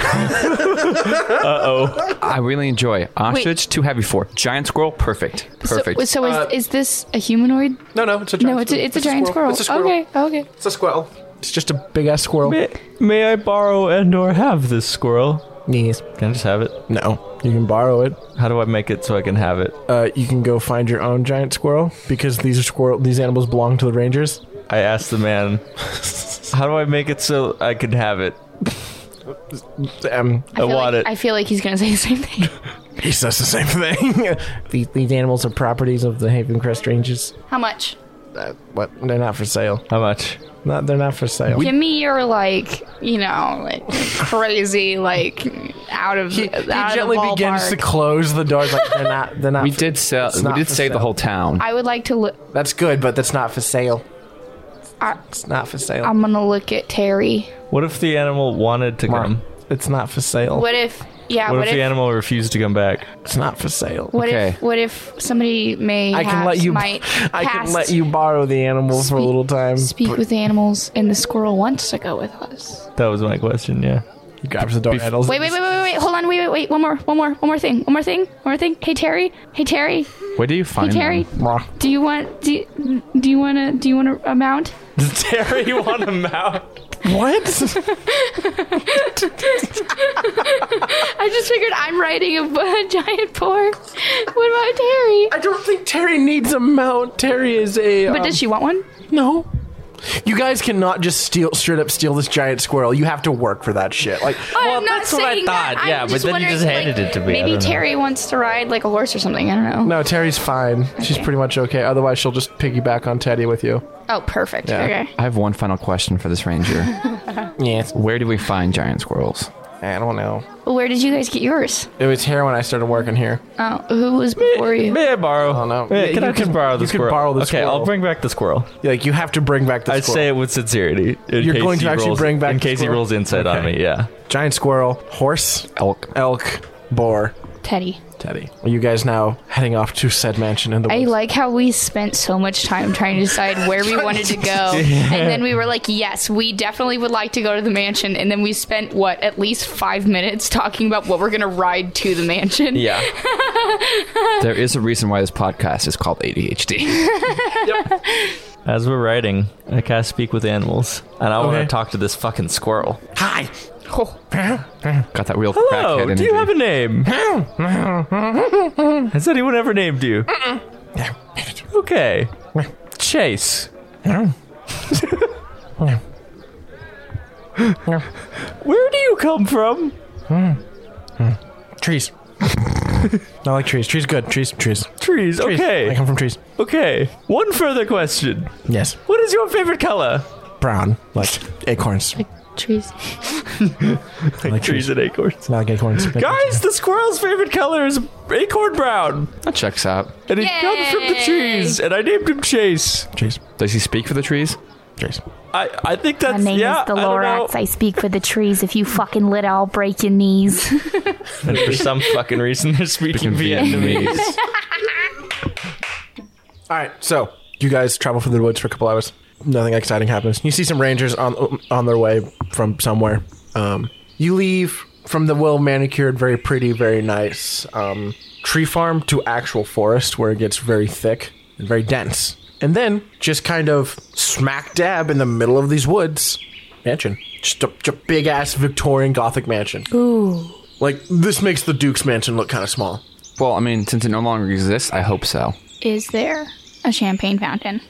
[SPEAKER 2] I really enjoy ostrich. Too heavy for giant squirrel. Perfect. Perfect.
[SPEAKER 3] So, so is,
[SPEAKER 4] Uh,
[SPEAKER 3] is this a humanoid?
[SPEAKER 4] no, no, it's a giant
[SPEAKER 3] No, it's a, it's a giant squirrel.
[SPEAKER 4] It's a squirrel.
[SPEAKER 3] Okay, okay.
[SPEAKER 4] It's a squirrel. It's just a big ass squirrel.
[SPEAKER 1] may, may I borrow and/or have this squirrel?
[SPEAKER 4] Knees.
[SPEAKER 1] Can I just have it?
[SPEAKER 4] No, you can borrow it.
[SPEAKER 1] How do I make it so I can have it?
[SPEAKER 4] Uh, you can go find your own giant squirrel because these are squirrel. These animals belong to the rangers.
[SPEAKER 1] I asked the man. How do I make it so I can have it?
[SPEAKER 4] Um,
[SPEAKER 1] I,
[SPEAKER 3] feel
[SPEAKER 1] want
[SPEAKER 3] like,
[SPEAKER 1] it.
[SPEAKER 3] I feel like he's gonna say the same thing.
[SPEAKER 4] he says the same thing. these, these animals are properties of the Haven Crest Rangers.
[SPEAKER 3] How much?
[SPEAKER 4] Uh, what? They're not for sale.
[SPEAKER 1] How much?
[SPEAKER 4] Not. They're not for sale.
[SPEAKER 3] Give me your like, you know, like crazy, like out of
[SPEAKER 4] he, he
[SPEAKER 3] out
[SPEAKER 4] gently
[SPEAKER 3] of the
[SPEAKER 4] begins
[SPEAKER 3] ballpark.
[SPEAKER 4] to close the doors. Like they're not. They're not.
[SPEAKER 2] we
[SPEAKER 4] for-
[SPEAKER 2] did sell.
[SPEAKER 4] it's
[SPEAKER 2] We
[SPEAKER 4] not
[SPEAKER 2] did
[SPEAKER 4] for
[SPEAKER 2] save the
[SPEAKER 4] sale.
[SPEAKER 2] whole town.
[SPEAKER 3] I would like to look.
[SPEAKER 4] That's good, but that's not for sale.
[SPEAKER 3] I,
[SPEAKER 4] It's not for sale.
[SPEAKER 3] I'm gonna look at Terry.
[SPEAKER 1] What if the animal wanted to
[SPEAKER 4] Mark,
[SPEAKER 1] come?
[SPEAKER 4] It's not for sale.
[SPEAKER 3] What if? Yeah.
[SPEAKER 1] What
[SPEAKER 3] What,
[SPEAKER 1] if the animal refused to come back?
[SPEAKER 4] It's not for sale.
[SPEAKER 3] What
[SPEAKER 2] Okay.
[SPEAKER 3] if? What if somebody may?
[SPEAKER 4] I can let
[SPEAKER 3] perhaps
[SPEAKER 4] you.
[SPEAKER 3] Might
[SPEAKER 4] I can
[SPEAKER 3] cast-
[SPEAKER 4] let you borrow the animal for a
[SPEAKER 3] Speak-
[SPEAKER 4] little time.
[SPEAKER 3] speak with the animals, and the squirrel wants to go with us.
[SPEAKER 1] That was my question. Yeah.
[SPEAKER 4] He grabs the door handles.
[SPEAKER 3] Wait, wait, wait, wait, wait, wait. Hold on. Wait, wait, wait. One more, one more, one more thing. One more thing. One more thing. Hey Terry. Hey Terry.
[SPEAKER 2] Where do you
[SPEAKER 3] Hey
[SPEAKER 2] find
[SPEAKER 3] Terry.
[SPEAKER 2] them?
[SPEAKER 4] Mwah.
[SPEAKER 3] Do you want? Do you, do you want to? Do you want to a mount?
[SPEAKER 1] Does Terry want a mount?
[SPEAKER 4] What?
[SPEAKER 3] I just figured I'm writing a, bo- a giant boar. What about Terry?
[SPEAKER 4] I don't think Terry needs a mount. Terry is a.
[SPEAKER 3] But
[SPEAKER 4] um,
[SPEAKER 3] does she want one?
[SPEAKER 4] No. You guys cannot just steal, straight up steal this giant squirrel. You have to work for that shit. Like,
[SPEAKER 1] Well,
[SPEAKER 3] I'm not
[SPEAKER 1] that's what I
[SPEAKER 3] saying that.
[SPEAKER 1] thought,
[SPEAKER 3] I'm
[SPEAKER 1] yeah, but then you
[SPEAKER 3] wondering,
[SPEAKER 1] just handed
[SPEAKER 3] like,
[SPEAKER 1] it to me. I
[SPEAKER 3] Maybe
[SPEAKER 1] don't know.
[SPEAKER 3] Terry wants to ride like a horse or something. I don't know.
[SPEAKER 4] no, Terry's fine. She's pretty much okay. Otherwise, she'll just piggyback on Teddy with you.
[SPEAKER 3] Oh, perfect. Okay.
[SPEAKER 2] I have one final question for this ranger.
[SPEAKER 4] Yes.
[SPEAKER 2] Where do we find giant squirrels?
[SPEAKER 4] I don't know.
[SPEAKER 3] Where did you guys get yours?
[SPEAKER 4] It was here when I started working here.
[SPEAKER 3] Oh, who was before you?
[SPEAKER 1] May I borrow?
[SPEAKER 4] Oh, no.
[SPEAKER 1] May,
[SPEAKER 4] Yeah,
[SPEAKER 1] can
[SPEAKER 4] you
[SPEAKER 1] I just
[SPEAKER 4] can-
[SPEAKER 1] borrow the
[SPEAKER 4] you can
[SPEAKER 1] squirrel?
[SPEAKER 4] borrow the
[SPEAKER 1] okay, I'll
[SPEAKER 4] squirrel.
[SPEAKER 1] bring back the squirrel.
[SPEAKER 4] Like, you have to bring back the
[SPEAKER 1] I
[SPEAKER 4] squirrel.
[SPEAKER 1] say it with sincerity. in
[SPEAKER 4] You're
[SPEAKER 1] case
[SPEAKER 4] going to
[SPEAKER 1] he
[SPEAKER 4] actually
[SPEAKER 1] rolls-
[SPEAKER 4] bring back
[SPEAKER 1] in
[SPEAKER 4] the
[SPEAKER 1] case he
[SPEAKER 4] squirrel?
[SPEAKER 1] rolls insight on
[SPEAKER 4] Okay.
[SPEAKER 1] me. Yeah.
[SPEAKER 4] giant squirrel, horse,
[SPEAKER 2] Elk.
[SPEAKER 4] elk, boar,
[SPEAKER 3] Teddy.
[SPEAKER 4] Teddy. Are you guys now heading off to said mansion in the
[SPEAKER 3] I
[SPEAKER 4] woods?
[SPEAKER 3] like how we spent so much time trying to decide where we wanted to go. And then we were like, yes, we definitely would like to go to the mansion. And then we spent, what, at least five minutes talking about what we're going to ride to the mansion.
[SPEAKER 1] Yeah.
[SPEAKER 2] There is a reason why this podcast is called ADHD.
[SPEAKER 1] As we're writing, I cast speak with animals, and I want
[SPEAKER 4] Okay.
[SPEAKER 1] to talk to this fucking squirrel.
[SPEAKER 4] Hi.
[SPEAKER 2] Got that real crackhead
[SPEAKER 1] Hello. Do
[SPEAKER 2] energy.
[SPEAKER 1] you have a name? Has anyone ever named you? Okay. Chase. Where do you come from?
[SPEAKER 4] Trees. I like trees. Trees good. Trees. Trees.
[SPEAKER 1] Trees.
[SPEAKER 4] Trees. I
[SPEAKER 1] Okay.
[SPEAKER 4] come from trees.
[SPEAKER 1] Okay. One further question.
[SPEAKER 4] Yes.
[SPEAKER 1] What is your favorite color?
[SPEAKER 4] Brown. Like acorns.
[SPEAKER 3] Trees.
[SPEAKER 4] I like
[SPEAKER 1] Trees
[SPEAKER 4] trees.
[SPEAKER 1] and acorns.
[SPEAKER 4] I like acorns.
[SPEAKER 1] Guys, the squirrel's favorite color is acorn brown,
[SPEAKER 2] That checks out.
[SPEAKER 1] and it comes from the
[SPEAKER 3] Yay.
[SPEAKER 1] trees. And I named him Chase.
[SPEAKER 4] Trees.
[SPEAKER 2] Does he speak for the trees?
[SPEAKER 4] Cheers.
[SPEAKER 1] I, I think that's
[SPEAKER 5] My name
[SPEAKER 1] yeah.
[SPEAKER 5] is the
[SPEAKER 1] I don't know.
[SPEAKER 5] Lorax. I, speak for the trees. If you fucking lit, I'll break your knees.
[SPEAKER 1] And for some fucking reason, they're speaking Vietnamese.
[SPEAKER 4] All right, so you guys travel through the woods for a couple hours. Nothing exciting happens. You see some rangers on on their way from somewhere. Um, you leave from the well manicured, very pretty, very nice um, tree farm to actual forest where it gets very thick and very dense. And then just kind of smack dab in the middle of these woods, mansion. Just a, big ass Victorian Gothic mansion. Ooh. Like this makes the Duke's mansion look kind of small.
[SPEAKER 2] Well, I mean, since it no longer exists, I hope so.
[SPEAKER 3] Is there a champagne fountain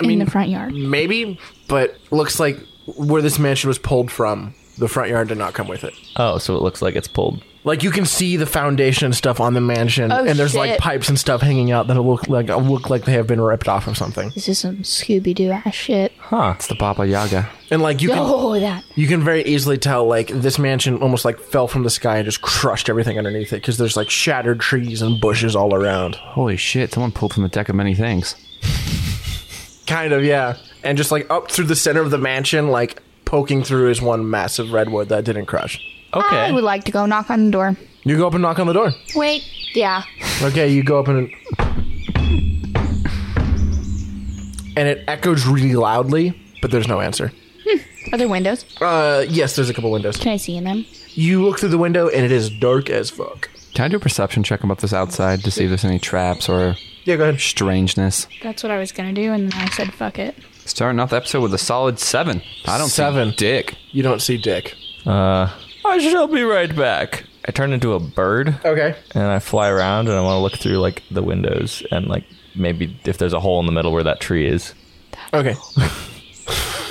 [SPEAKER 3] in the front yard?
[SPEAKER 4] Maybe, but looks like where this mansion was pulled from, the front yard did not come with it.
[SPEAKER 1] Oh, so it looks like it's pulled.
[SPEAKER 4] Like you can see the foundation and stuff on the mansion,
[SPEAKER 6] Oh,
[SPEAKER 4] and there's like
[SPEAKER 6] shit.
[SPEAKER 4] pipes and stuff hanging out that look like look like they have been ripped off of something.
[SPEAKER 6] This is some Scooby Doo ass shit.
[SPEAKER 2] It's the Baba Yaga.
[SPEAKER 4] And like you can
[SPEAKER 6] Oh, that.
[SPEAKER 4] you can very easily tell like this mansion almost like fell from the sky and just crushed everything underneath it because there's like shattered trees and bushes all around.
[SPEAKER 2] Holy shit, someone pulled from the deck of many things.
[SPEAKER 4] Kind of yeah, and just like up through the center of the mansion, like poking through is one massive redwood that didn't crush.
[SPEAKER 3] I would like to go knock on the door.
[SPEAKER 4] You go up and knock on the door.
[SPEAKER 6] Wait, yeah.
[SPEAKER 4] Okay, you go up and and it echoes really loudly, but there's no answer.
[SPEAKER 3] Are there windows?
[SPEAKER 4] Uh, yes, there's a couple windows.
[SPEAKER 6] Can I see in them?
[SPEAKER 4] You look through the window and it is dark as fuck.
[SPEAKER 2] Can I do a perception check about this outside to see if there's any traps or
[SPEAKER 4] Yeah, go ahead.
[SPEAKER 2] strangeness?
[SPEAKER 3] That's what I was gonna do, and then I said, "Fuck it."
[SPEAKER 2] Starting off the episode with a solid seven. I don't see
[SPEAKER 4] Seven.
[SPEAKER 2] dick.
[SPEAKER 4] You don't see Dick.
[SPEAKER 1] Uh, I shall be right back. I turn into a bird
[SPEAKER 4] Okay.
[SPEAKER 1] and I fly around and I want to look through like the windows and like maybe if there's a hole in the middle where that tree is.
[SPEAKER 4] Okay.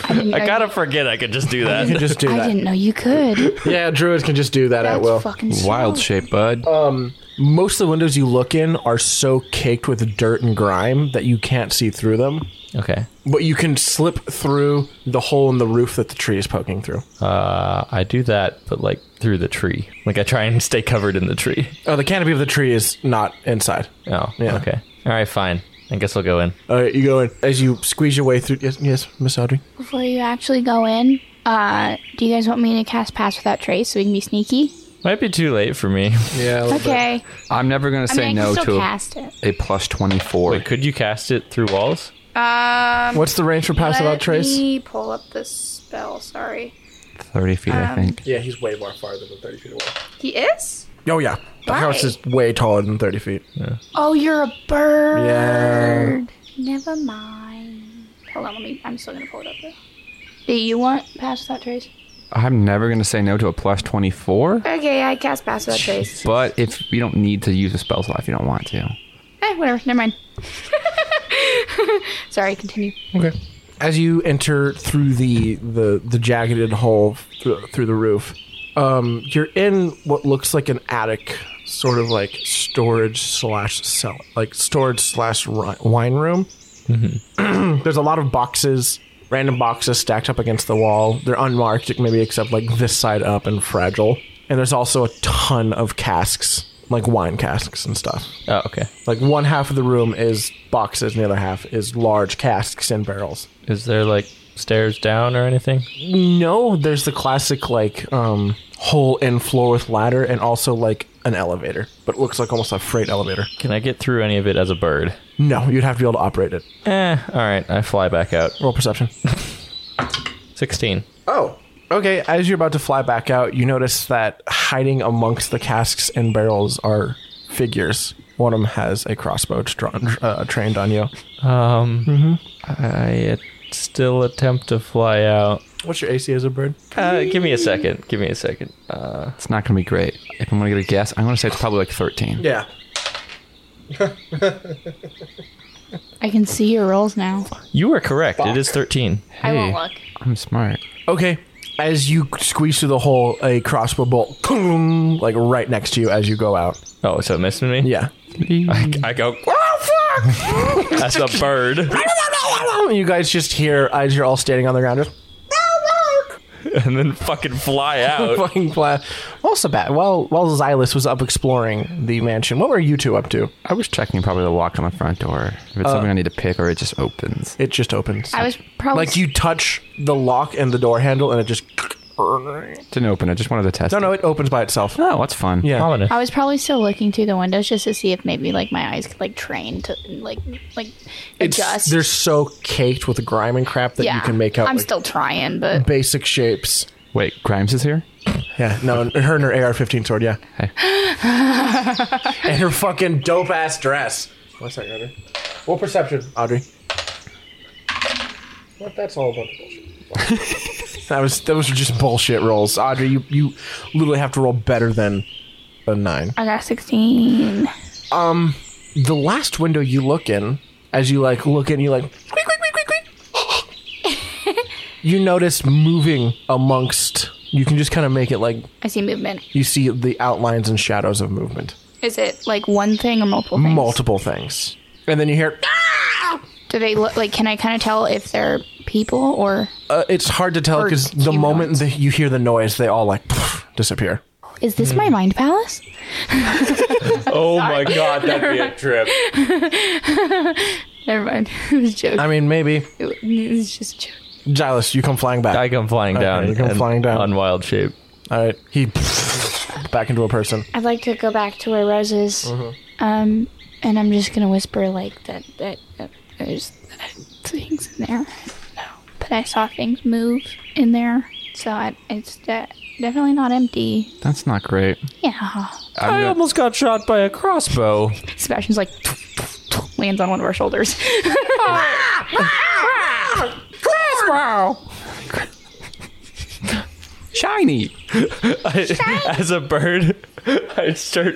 [SPEAKER 3] I didn't know,
[SPEAKER 1] I gotta forget I could just do
[SPEAKER 4] You can
[SPEAKER 1] that.
[SPEAKER 4] just do
[SPEAKER 6] I
[SPEAKER 4] that.
[SPEAKER 6] didn't know you could.
[SPEAKER 4] Yeah, druids can just do that at
[SPEAKER 6] That's
[SPEAKER 4] will.
[SPEAKER 6] fucking slow.
[SPEAKER 2] Wild shape, bud.
[SPEAKER 6] Uh,
[SPEAKER 4] Most of the windows you look in are so caked with dirt and grime that you can't see through them,
[SPEAKER 1] okay.
[SPEAKER 4] but you can slip through the hole in the roof that the tree is poking through.
[SPEAKER 1] Uh, I do that, but like through the tree. Like I try and stay covered in the tree.
[SPEAKER 4] Oh, the canopy of the tree is not inside.
[SPEAKER 1] Oh,
[SPEAKER 4] Yeah.
[SPEAKER 1] okay. All right, fine. I guess I'll go in.
[SPEAKER 4] All right, you go in as you squeeze your way through. Yes, yes, Miss Audrey.
[SPEAKER 6] Before you actually go in, uh, do you guys want me to cast Pass Without Trace so we can be sneaky?
[SPEAKER 1] Might be too late for me.
[SPEAKER 4] Yeah.
[SPEAKER 6] Okay.
[SPEAKER 2] I'm never going to
[SPEAKER 6] I
[SPEAKER 2] say
[SPEAKER 6] mean, I
[SPEAKER 2] no
[SPEAKER 6] can still
[SPEAKER 2] to a,
[SPEAKER 6] cast it.
[SPEAKER 2] a plus 24.
[SPEAKER 1] Wait, could you cast it through walls?
[SPEAKER 4] What's the range for pass without trace?
[SPEAKER 3] me pull up this spell. Sorry,
[SPEAKER 2] 30 feet,
[SPEAKER 6] Um,
[SPEAKER 2] I think.
[SPEAKER 4] Yeah, he's way more farther than thirty feet away.
[SPEAKER 3] he is.
[SPEAKER 4] Oh yeah, the
[SPEAKER 3] Why?
[SPEAKER 4] house is way taller than thirty feet.
[SPEAKER 6] Oh, you're a bird.
[SPEAKER 3] Uh,
[SPEAKER 4] Yeah.
[SPEAKER 6] Never mind. Hold on, let me. I'm still gonna pull it up though. Do you want Pass Without Trace?
[SPEAKER 2] I'm never going to say no to a plus 24.
[SPEAKER 3] Okay, I cast pass without trace.
[SPEAKER 2] But if you don't need to use a spell slot if you don't want to.
[SPEAKER 3] Eh, whatever. Never mind. Sorry. Continue.
[SPEAKER 4] Okay. As you enter through the the the jagged hole through, through the roof, um, you're in what looks like an attic, sort of like storage slash cell, like storage slash ri- wine room. There's a lot of boxes, random boxes stacked up against the wall. They're unmarked, maybe except like this side up and fragile. And there's also a ton of casks, like wine casks and stuff.
[SPEAKER 1] Oh, okay.
[SPEAKER 4] Like one half of the room is boxes, and the other half is large casks and barrels.
[SPEAKER 1] Is there like stairs down or anything?
[SPEAKER 4] No, there's the classic like um, hole in floor with ladder, and also like an elevator, but it looks like almost a freight elevator.
[SPEAKER 1] Can I get through any of it as a bird?
[SPEAKER 4] No, you'd have to be able to operate it.
[SPEAKER 1] Eh, all right. I fly back out.
[SPEAKER 4] Roll perception.
[SPEAKER 1] 16.
[SPEAKER 4] Oh. Okay, as you're about to fly back out, you notice that hiding amongst the casks and barrels are figures. One of them has a crossbow drawn, uh, trained on you.
[SPEAKER 1] Um, I uh, still attempt to fly out.
[SPEAKER 4] What's your AC as a bird?
[SPEAKER 1] Uh, give me a second. Give me a second. Uh,
[SPEAKER 2] It's not going to be great. If I'm going to get a guess, I'm going to say it's probably like 13.
[SPEAKER 4] Yeah.
[SPEAKER 3] I can see your rolls now.
[SPEAKER 1] you were correct. It is 13.
[SPEAKER 2] Hey, I won't look. I'm smart.
[SPEAKER 4] Okay. As you squeeze through the hole, a crossbow bolt, like right next to you as you go out.
[SPEAKER 1] Oh, so it missed me?
[SPEAKER 4] Yeah.
[SPEAKER 1] I, I go, oh, fuck! That's a bird.
[SPEAKER 4] You guys just hear as you're all standing on the ground. Just,
[SPEAKER 1] and then fucking fly out.
[SPEAKER 4] Fucking pla- Well, Sabat, while while Xylus was up exploring the mansion, what were you two up to?
[SPEAKER 2] I was checking probably the lock on the front door. If it's something I need to pick or it just opens.
[SPEAKER 4] It just opens.
[SPEAKER 3] I was probably
[SPEAKER 4] like you touch the lock and the door handle, and it just. No,
[SPEAKER 2] Didn't open. I just wanted to test.
[SPEAKER 4] no,
[SPEAKER 2] it.
[SPEAKER 4] it opens by itself.
[SPEAKER 2] Oh, that's fun.
[SPEAKER 4] Yeah.
[SPEAKER 1] Ominous.
[SPEAKER 6] I was probably still looking through the windows just to see if maybe like my eyes could like train to like like
[SPEAKER 4] It's,
[SPEAKER 6] adjust.
[SPEAKER 4] they're so caked with grime and crap that you can make out
[SPEAKER 6] I'm
[SPEAKER 4] like,
[SPEAKER 6] still trying, but
[SPEAKER 4] basic shapes.
[SPEAKER 2] Wait, Grimes is here.
[SPEAKER 4] Yeah, no, and her and her AR-15 sword, yeah. and her fucking dope-ass dress. What's that, Audrey? Well, perception, Audrey. What? That's all a bunch of bullshit. that was those are just bullshit rolls, Audrey. You you literally have to roll better than a nine.
[SPEAKER 3] I got 16.
[SPEAKER 4] The last window you look in, as you like look in, you like quick, quick, quick, quick, quick. You notice moving amongst. You can just kind of make it like
[SPEAKER 6] I see movement.
[SPEAKER 4] you see the outlines and shadows of movement.
[SPEAKER 6] Is it like one thing or multiple things?
[SPEAKER 4] multiple things. And then you hear,
[SPEAKER 6] Do they look like? Can I kind of tell if they're people or
[SPEAKER 4] uh, it's hard to tell because the
[SPEAKER 6] humanoids.
[SPEAKER 4] moment that you hear the noise, they all like disappear.
[SPEAKER 6] is this
[SPEAKER 4] Hmm.
[SPEAKER 6] my mind palace?
[SPEAKER 1] Oh my god, that'd be a trip.
[SPEAKER 6] Never mind. it was a joke.
[SPEAKER 4] I mean, maybe.
[SPEAKER 6] It was just a joke.
[SPEAKER 4] Gilus, you come flying back.
[SPEAKER 1] I come flying down.
[SPEAKER 4] you come
[SPEAKER 1] and-
[SPEAKER 4] flying down.
[SPEAKER 1] on wild shape.
[SPEAKER 4] all right. He back into a person.
[SPEAKER 6] I'd like to go back to where Rose is.
[SPEAKER 4] Mm-hmm.
[SPEAKER 6] Um, and I'm just gonna whisper like that. That, that there's things in there. No, but I saw things move in there, so I, it's de- definitely not empty.
[SPEAKER 2] That's not great.
[SPEAKER 6] Yeah.
[SPEAKER 2] I'm gonna-
[SPEAKER 1] almost got shot by a crossbow.
[SPEAKER 6] Sebastian's like lands on one of our shoulders.
[SPEAKER 2] shiny.
[SPEAKER 1] I, as a bird, I start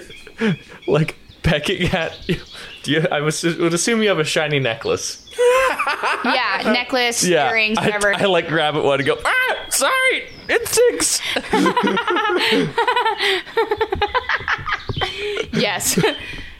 [SPEAKER 1] like pecking at you. Do you I was, would assume you have a shiny necklace.
[SPEAKER 6] yeah, necklace,
[SPEAKER 1] Yeah.
[SPEAKER 6] earrings,
[SPEAKER 1] I,
[SPEAKER 6] whatever.
[SPEAKER 1] I like grab at one and go, ah, sorry, insects.
[SPEAKER 6] yes.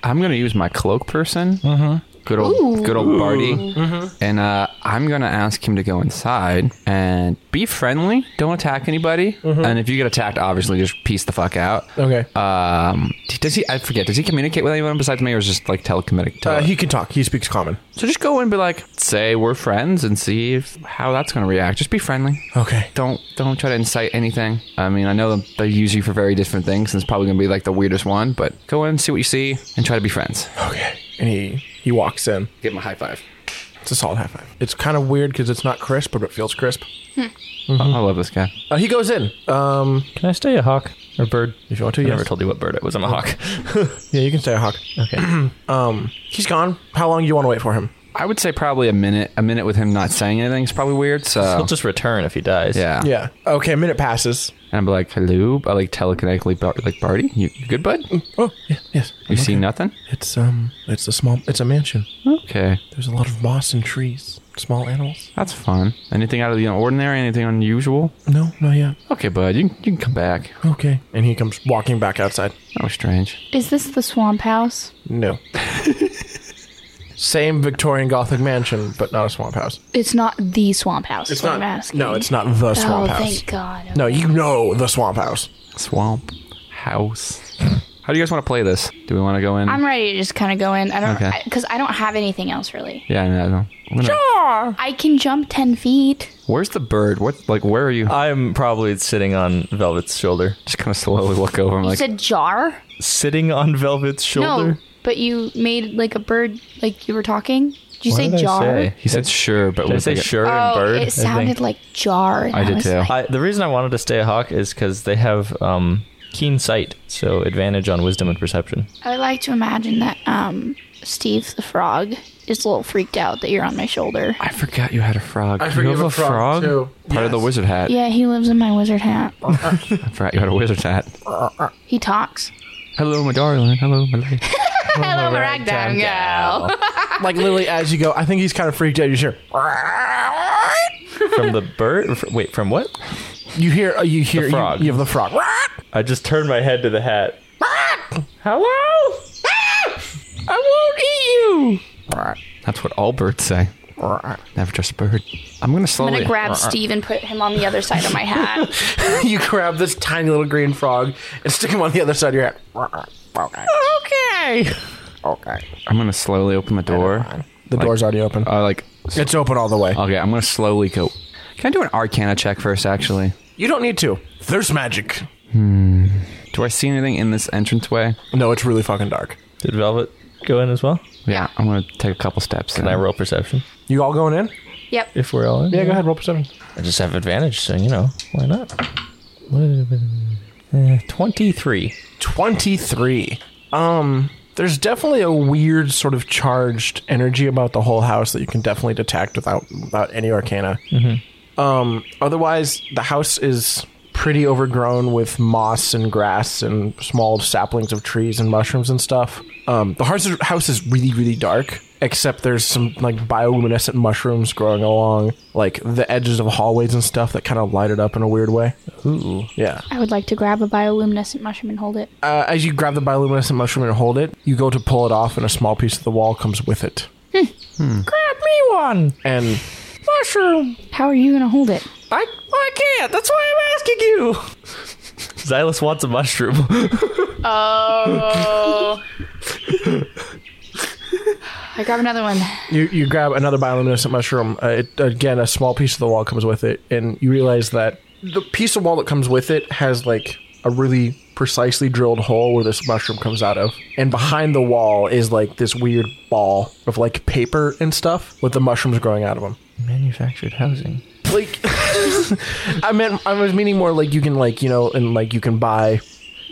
[SPEAKER 2] I'm gonna use my cloak person.
[SPEAKER 4] Mm-hmm.
[SPEAKER 2] Good old, good old Barty. And uh, I'm gonna ask him to go inside and be friendly. Don't attack anybody. And if you get attacked, obviously just peace the fuck out.
[SPEAKER 4] Mm-hmm. Okay. Uh,
[SPEAKER 2] Um, d- does he? I forget. Does he communicate with anyone besides me, or is it just like telekinetic? tele-
[SPEAKER 4] Uh, he can talk. He speaks common.
[SPEAKER 2] so just go and be like, say we're friends, and see if, how that's gonna react. Just be friendly.
[SPEAKER 4] Okay.
[SPEAKER 2] Don't don't try to incite anything. I mean, I know they use you for very different things, and it's probably gonna be like the weirdest one. But go in, see what you see, and try to be friends.
[SPEAKER 4] Okay. And he he walks in.
[SPEAKER 2] Give him a high five.
[SPEAKER 4] It's a solid high five. It's kind of weird because it's not crisp, but it feels crisp.
[SPEAKER 2] I love this guy.
[SPEAKER 4] Uh, he goes in. Um,
[SPEAKER 1] Can I stay a hawk or bird?
[SPEAKER 4] if you want to,
[SPEAKER 1] I
[SPEAKER 4] yes.
[SPEAKER 1] never told you what bird I was. I'm a hawk.
[SPEAKER 4] yeah, you can stay a hawk. Um,
[SPEAKER 1] Okay.
[SPEAKER 4] He's gone. How long do you want to wait for him?
[SPEAKER 2] I would say probably a minute. A minute with him not saying anything is probably weird. So
[SPEAKER 1] He'll just return if he dies.
[SPEAKER 2] yeah,
[SPEAKER 4] Yeah. Okay, a minute passes.
[SPEAKER 2] And I'm like, hello. I like telekinetically, bar- like Barty. You you good, bud? You
[SPEAKER 4] Oh, yeah, yes.
[SPEAKER 2] see nothing?
[SPEAKER 4] It's um, it's a small, it's a mansion.
[SPEAKER 2] Okay,
[SPEAKER 4] There's a lot of moss and trees. Small animals?
[SPEAKER 2] that's fun. Anything out of the ordinary? Anything unusual?
[SPEAKER 4] No, not yet.
[SPEAKER 2] Okay, bud. You can, you can come back.
[SPEAKER 4] Okay. And he comes walking back outside.
[SPEAKER 2] That was strange.
[SPEAKER 3] Is this the swamp house?
[SPEAKER 4] No. Same Victorian Gothic mansion, but not a swamp house.
[SPEAKER 3] It's not the swamp house.
[SPEAKER 6] It's
[SPEAKER 3] is what
[SPEAKER 6] not-
[SPEAKER 3] I'm asking.
[SPEAKER 4] No, it's not the swamp
[SPEAKER 6] eh? oh,
[SPEAKER 4] house.
[SPEAKER 6] thank God.
[SPEAKER 4] No, you know the swamp house.
[SPEAKER 2] Swamp house. How do you guys want to play this? Do we want to go in?
[SPEAKER 6] I'm ready to just kind of go in. I
[SPEAKER 2] Okay.
[SPEAKER 6] don't because I don't have anything else really.
[SPEAKER 2] yeah, I know. I know. I'm gonna-
[SPEAKER 6] I can jump ten feet.
[SPEAKER 2] Where's the bird? What? Like, where are you?
[SPEAKER 1] I'm probably sitting on Velvet's shoulder.
[SPEAKER 2] just kind of slowly look over. I'm
[SPEAKER 6] You
[SPEAKER 2] like,
[SPEAKER 6] said jar?
[SPEAKER 1] Sitting on Velvet's shoulder?
[SPEAKER 6] No, but you made like a bird, like you were talking. Did you
[SPEAKER 1] What
[SPEAKER 6] say
[SPEAKER 1] did I
[SPEAKER 6] jar?
[SPEAKER 1] say?
[SPEAKER 2] he said sure, but
[SPEAKER 1] Did I
[SPEAKER 2] with
[SPEAKER 1] say
[SPEAKER 2] like a-
[SPEAKER 1] sure
[SPEAKER 6] Oh,
[SPEAKER 1] and bird? I
[SPEAKER 6] it sounded
[SPEAKER 1] think?
[SPEAKER 6] like jar. and
[SPEAKER 2] I did
[SPEAKER 6] was
[SPEAKER 2] too.
[SPEAKER 6] like-
[SPEAKER 1] I, the reason I wanted to stay a hawk is because they have um, keen sight, so advantage on wisdom and perception.
[SPEAKER 6] I would like to imagine that um, Steve the frog is a little freaked out that you're on my shoulder.
[SPEAKER 2] I forgot you had a frog. You have
[SPEAKER 4] too.
[SPEAKER 2] Part of the wizard hat.
[SPEAKER 6] Yeah, he lives in my wizard hat.
[SPEAKER 2] I forgot you had a wizard hat.
[SPEAKER 6] He talks.
[SPEAKER 2] Hello, my darling. Hello, my lady.
[SPEAKER 6] Hello, my ragtime gal.
[SPEAKER 4] Like literally, as you go, I think he's kind of freaked out. You hear,
[SPEAKER 1] From the bird? f- Wait, from what?
[SPEAKER 4] you hear, uh, you hear, you-
[SPEAKER 1] frog.
[SPEAKER 4] You, have the frog.
[SPEAKER 1] I just turned my head to the hat. Hello?
[SPEAKER 2] That's what all birds say. Never trust a bird. I'm gonna
[SPEAKER 3] I'm
[SPEAKER 2] slowly.
[SPEAKER 3] gonna
[SPEAKER 1] Uh-uh.
[SPEAKER 3] grab Steve and put him on the other side of my hat.
[SPEAKER 4] you grab this tiny little green frog and stick him on the other side of your hat. Okay. Okay.
[SPEAKER 2] I'm gonna slowly open the door.
[SPEAKER 4] The door's already open.
[SPEAKER 2] Uh, like,
[SPEAKER 4] it's open all the way.
[SPEAKER 2] okay, I'm gonna slowly go. Can I do an Arcana check first? Actually,
[SPEAKER 4] you don't need to. There's magic.
[SPEAKER 2] do I see anything in this entranceway?
[SPEAKER 4] No, it's really fucking dark.
[SPEAKER 1] Did Velvet go in as well?
[SPEAKER 2] Yeah, I'm gonna take a couple steps.
[SPEAKER 1] Can I roll perception
[SPEAKER 4] You all going in?
[SPEAKER 3] yep.
[SPEAKER 1] if we're all in?
[SPEAKER 4] Yeah, go ahead, roll perception.
[SPEAKER 1] I just have advantage, so you know why not. Uh, Twenty-three.
[SPEAKER 4] 23. Um, there's definitely a weird sort of charged energy about the whole house that you can definitely detect without without any arcana. Um, otherwise, the house is pretty overgrown with moss and grass and small saplings of trees and mushrooms and stuff. Um, the house is, house is really, really dark, except there's some like bioluminescent mushrooms growing along like the edges of hallways and stuff that kind of light it up in a weird way.
[SPEAKER 1] Ooh.
[SPEAKER 4] Yeah.
[SPEAKER 6] I would like to grab a bioluminescent mushroom and hold it.
[SPEAKER 4] Uh, as you grab the bioluminescent mushroom and hold it, you go to pull it off, and a small piece of the wall comes with it.
[SPEAKER 1] Grab me one.
[SPEAKER 4] And
[SPEAKER 1] Mushroom.
[SPEAKER 6] How are you gonna hold it?
[SPEAKER 1] I I can't. That's why I'm asking you. Xylus wants a mushroom. Oh.
[SPEAKER 3] I grab another one.
[SPEAKER 4] you, you grab another bioluminescent mushroom. Uh, it, again, a small piece of the wall comes with it, and you realize that the piece of wall that comes with it has like a really precisely drilled hole where this mushroom comes out of. And behind the wall is like this weird ball of like paper and stuff with the mushrooms growing out of them.
[SPEAKER 1] Manufactured housing.
[SPEAKER 4] like I meant I was meaning more like you can like you know and like you can buy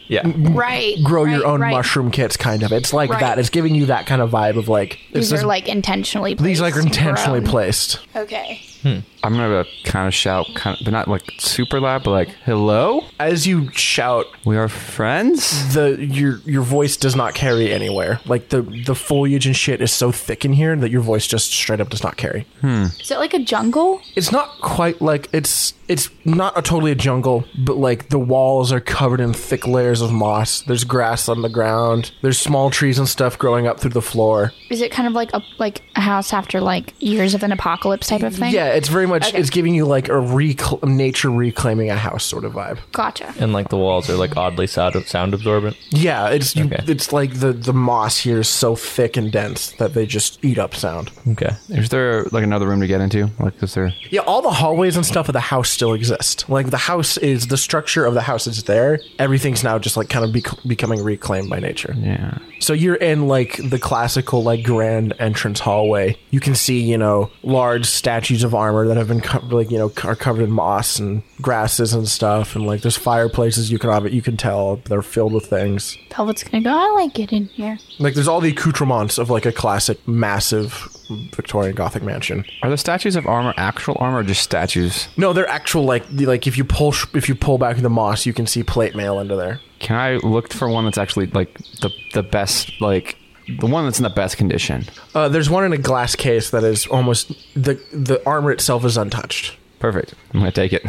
[SPEAKER 1] Yeah.
[SPEAKER 3] Right.
[SPEAKER 4] grow
[SPEAKER 3] right,
[SPEAKER 4] your own
[SPEAKER 3] right.
[SPEAKER 4] mushroom kits kind of it's like
[SPEAKER 3] Right.
[SPEAKER 4] that it's giving you that kind of vibe of like this
[SPEAKER 3] These
[SPEAKER 4] is-
[SPEAKER 3] are like intentionally. Placed
[SPEAKER 4] these like are intentionally
[SPEAKER 3] grown.
[SPEAKER 4] placed
[SPEAKER 3] Okay.
[SPEAKER 2] I'm gonna kind of shout, kind of, but not like super loud, but like, "Hello,
[SPEAKER 4] as you shout
[SPEAKER 2] we are friends."
[SPEAKER 4] the your your voice does not carry anywhere like the the foliage and shit is so thick in here that your voice just straight up does not carry
[SPEAKER 3] Is it like a jungle?
[SPEAKER 4] it's not quite like it's it's not a totally a jungle, but like the walls are covered in thick layers of moss. There's grass on the ground. There's small trees and stuff growing up through the floor.
[SPEAKER 3] Is it kind of like a like a house after like years of an apocalypse type of thing?
[SPEAKER 4] Yeah, it's very much
[SPEAKER 3] Okay.
[SPEAKER 4] it's giving you like a recl- nature reclaiming a house sort of vibe.
[SPEAKER 3] Gotcha.
[SPEAKER 1] And like the walls are like oddly sound sound absorbent.
[SPEAKER 4] Yeah, it's you,
[SPEAKER 1] Okay.
[SPEAKER 4] it's like the the moss here is so thick and dense that they just eat up sound.
[SPEAKER 1] Okay.
[SPEAKER 2] Is there like another room to get into? Like, is there?
[SPEAKER 4] Yeah, all the hallways and stuff of the house still exist. Like the house is the structure of the house is there. Everything's now just like kind of bec- becoming reclaimed by nature.
[SPEAKER 2] Yeah.
[SPEAKER 4] So you're in like the classical like grand entrance hallway. You can see you know large statues of armor that have been co- like you know co- are covered in moss and grasses and stuff, and like there's fireplaces you can ob- you can tell they're filled with things.
[SPEAKER 6] Velvet's gonna go. I like it in here.
[SPEAKER 4] Like there's all the accoutrements of like a classic massive Victorian Gothic mansion.
[SPEAKER 2] Are the statues of armor actual armor or just statues?
[SPEAKER 4] No, they're actual like the, like if you pull sh- if you pull back the moss, you can see plate mail under there.
[SPEAKER 2] Can I look for one that's actually like the the best, like the one that's in the best condition?
[SPEAKER 4] Uh, there's one in a glass case that is almost the the armor itself is untouched.
[SPEAKER 2] Perfect. I'm gonna take it.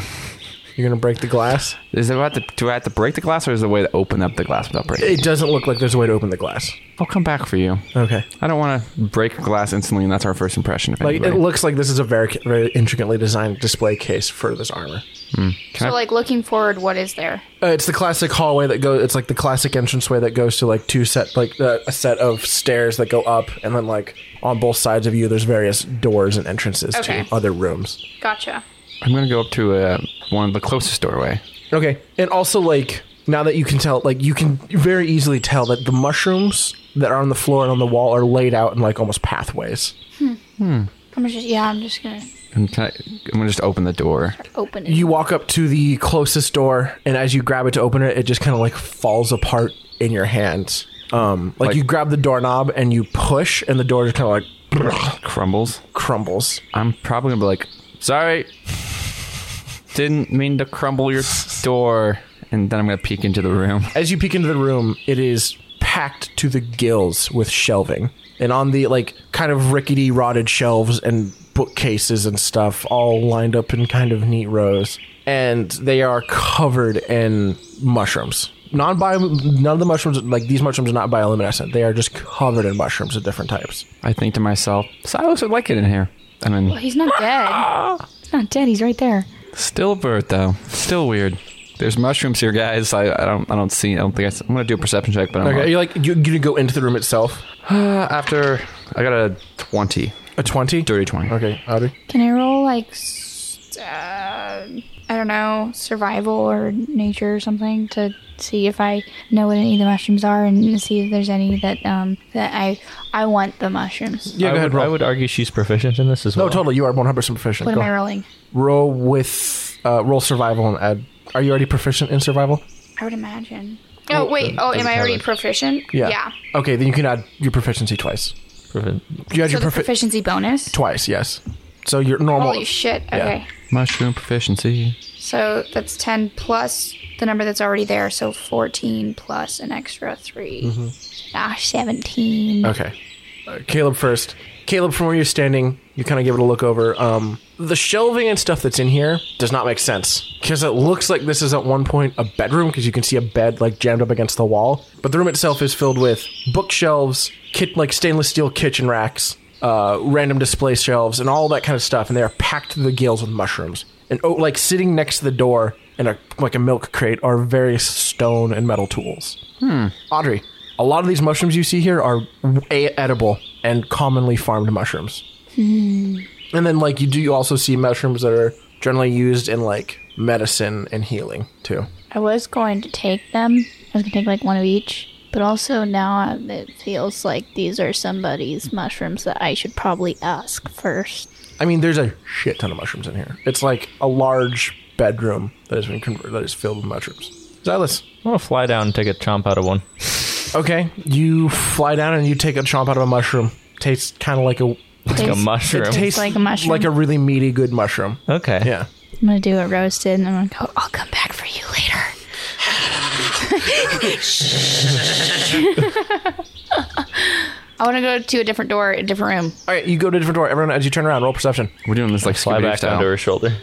[SPEAKER 4] You're gonna break the glass.
[SPEAKER 2] Is it about to do I have to break the glass, or is there a way to open up the glass without breaking?
[SPEAKER 4] It
[SPEAKER 2] It?
[SPEAKER 4] doesn't look like there's a way to open the glass.
[SPEAKER 2] I'll come back for you.
[SPEAKER 4] Okay.
[SPEAKER 2] I don't want to break glass instantly, and that's our first impression. Of
[SPEAKER 4] Like
[SPEAKER 2] anybody.
[SPEAKER 4] it looks like this is a very very intricately designed display case for this armor.
[SPEAKER 2] I-
[SPEAKER 3] So like looking forward, what is there?
[SPEAKER 4] Uh, it's the classic hallway that goes. It's like the classic entranceway that goes to like two set like uh, a set of stairs that go up, and then like on both sides of you, there's various doors and entrances
[SPEAKER 3] Okay.
[SPEAKER 4] to other rooms.
[SPEAKER 3] Gotcha.
[SPEAKER 2] I'm gonna go up to uh, one of the closest doorway.
[SPEAKER 4] Okay, and also like now that you can tell, like you can very easily tell that the mushrooms that are on the floor and on the wall are laid out in like almost pathways.
[SPEAKER 6] I'm just yeah. I'm just gonna
[SPEAKER 2] I'm, can I, I'm gonna just open the door.
[SPEAKER 6] open it.
[SPEAKER 4] You walk up to the closest door, and as you grab it to open it, it just kind of like falls apart in your hands. Um, like,
[SPEAKER 2] Like-
[SPEAKER 4] you grab the doorknob and you push, and the door just kind of like
[SPEAKER 2] Crumbles.
[SPEAKER 4] crumbles.
[SPEAKER 2] I'm probably gonna be like, sorry, didn't mean to crumble your door. And then I'm gonna peek into the room.
[SPEAKER 4] As you peek into the room, it is packed to the gills with shelving, and on the like kind of rickety, rotted shelves and bookcases and stuff, all lined up in kind of neat rows, and they are covered in mushrooms. Non bio, none of the mushrooms like these mushrooms are not bioluminescent. They are just covered in mushrooms of different types.
[SPEAKER 2] I think to myself, Silas would like it in here. And then
[SPEAKER 6] He's not dead.
[SPEAKER 3] He's not dead. He's Ah, right there.
[SPEAKER 2] still a bird though. Still weird. There's mushrooms here, guys. I, I don't I don't see. I don't think I, am gonna do a perception check, but I'm
[SPEAKER 4] Okay,
[SPEAKER 2] okay.
[SPEAKER 4] you like you gonna go into the room itself?
[SPEAKER 2] after I got a twenty,
[SPEAKER 4] A twenty.
[SPEAKER 2] dirty twenty.
[SPEAKER 4] Okay, Audrey.
[SPEAKER 6] Can I roll like, s- uh, I don't know, survival or nature or something to see if I know what any of the mushrooms are and see if there's any that um that I I want the mushrooms.
[SPEAKER 4] Yeah,
[SPEAKER 1] I
[SPEAKER 4] go ahead.
[SPEAKER 1] would, I
[SPEAKER 4] Roll.
[SPEAKER 1] would argue she's proficient in this as
[SPEAKER 4] No,
[SPEAKER 1] well.
[SPEAKER 4] totally. You are one hundred percent proficient.
[SPEAKER 6] What
[SPEAKER 4] Go.
[SPEAKER 6] am I rolling?
[SPEAKER 4] Roll with uh, roll survival and add. Are you already proficient in survival?
[SPEAKER 6] I would imagine. Oh wait.
[SPEAKER 4] uh,
[SPEAKER 6] Oh, am I already proficient?
[SPEAKER 4] Okay, then you can add your proficiency twice.
[SPEAKER 1] Profi-
[SPEAKER 4] You add
[SPEAKER 6] So
[SPEAKER 4] your
[SPEAKER 6] the
[SPEAKER 4] profi-
[SPEAKER 6] proficiency bonus.
[SPEAKER 4] twice. Yes. So your normal.
[SPEAKER 6] Holy shit.
[SPEAKER 4] Yeah.
[SPEAKER 6] Okay.
[SPEAKER 2] Mushroom proficiency.
[SPEAKER 6] So that's 10 plus the number that's already there. So 14 plus an extra 3.
[SPEAKER 4] Mm-hmm.
[SPEAKER 6] Ah, 17.
[SPEAKER 4] Okay. Uh, Caleb first. Caleb, from where you're standing, you kind of give it a look over. Um, the shelving and stuff that's in here does not make sense because it looks like this is at one point a bedroom because you can see a bed like jammed up against the wall. But the room itself is filled with bookshelves, kit- like stainless steel kitchen racks, uh, random display shelves, and all that kind of stuff. And they are packed to the gills with mushrooms. And oh, like sitting next to the door in a like a milk crate are various stone and metal tools. Audrey, a lot of these mushrooms you see here are a- edible and commonly farmed mushrooms.
[SPEAKER 6] Hmm.
[SPEAKER 4] And then, like, you do also see mushrooms that are generally used in, like, medicine and healing, too.
[SPEAKER 6] I was going to take them. I was going to take like one of each. But also now uh, it feels like these are somebody's mushrooms that I should probably ask first.
[SPEAKER 4] I mean, there's a shit ton of mushrooms in here. It's like a large bedroom that has been converted, that is filled with mushrooms. Xylus.
[SPEAKER 1] I'm gonna fly down and take a chomp out of one.
[SPEAKER 4] Okay, you fly down and you take a chomp out of a mushroom. Tastes kind of like a.
[SPEAKER 1] It's like a mushroom.
[SPEAKER 4] It tastes
[SPEAKER 6] like a mushroom.
[SPEAKER 4] Like a really meaty, good mushroom.
[SPEAKER 1] okay.
[SPEAKER 4] Yeah.
[SPEAKER 6] I'm going to do it roasted and I'm going to go, I'll come back for you later. I want to go to a different door, a different room.
[SPEAKER 4] All right, you go to a different door. Everyone, as you turn around, roll perception.
[SPEAKER 2] We're doing this like
[SPEAKER 1] Fly
[SPEAKER 2] Scooby-Doo
[SPEAKER 1] back
[SPEAKER 2] style.
[SPEAKER 1] onto her shoulder.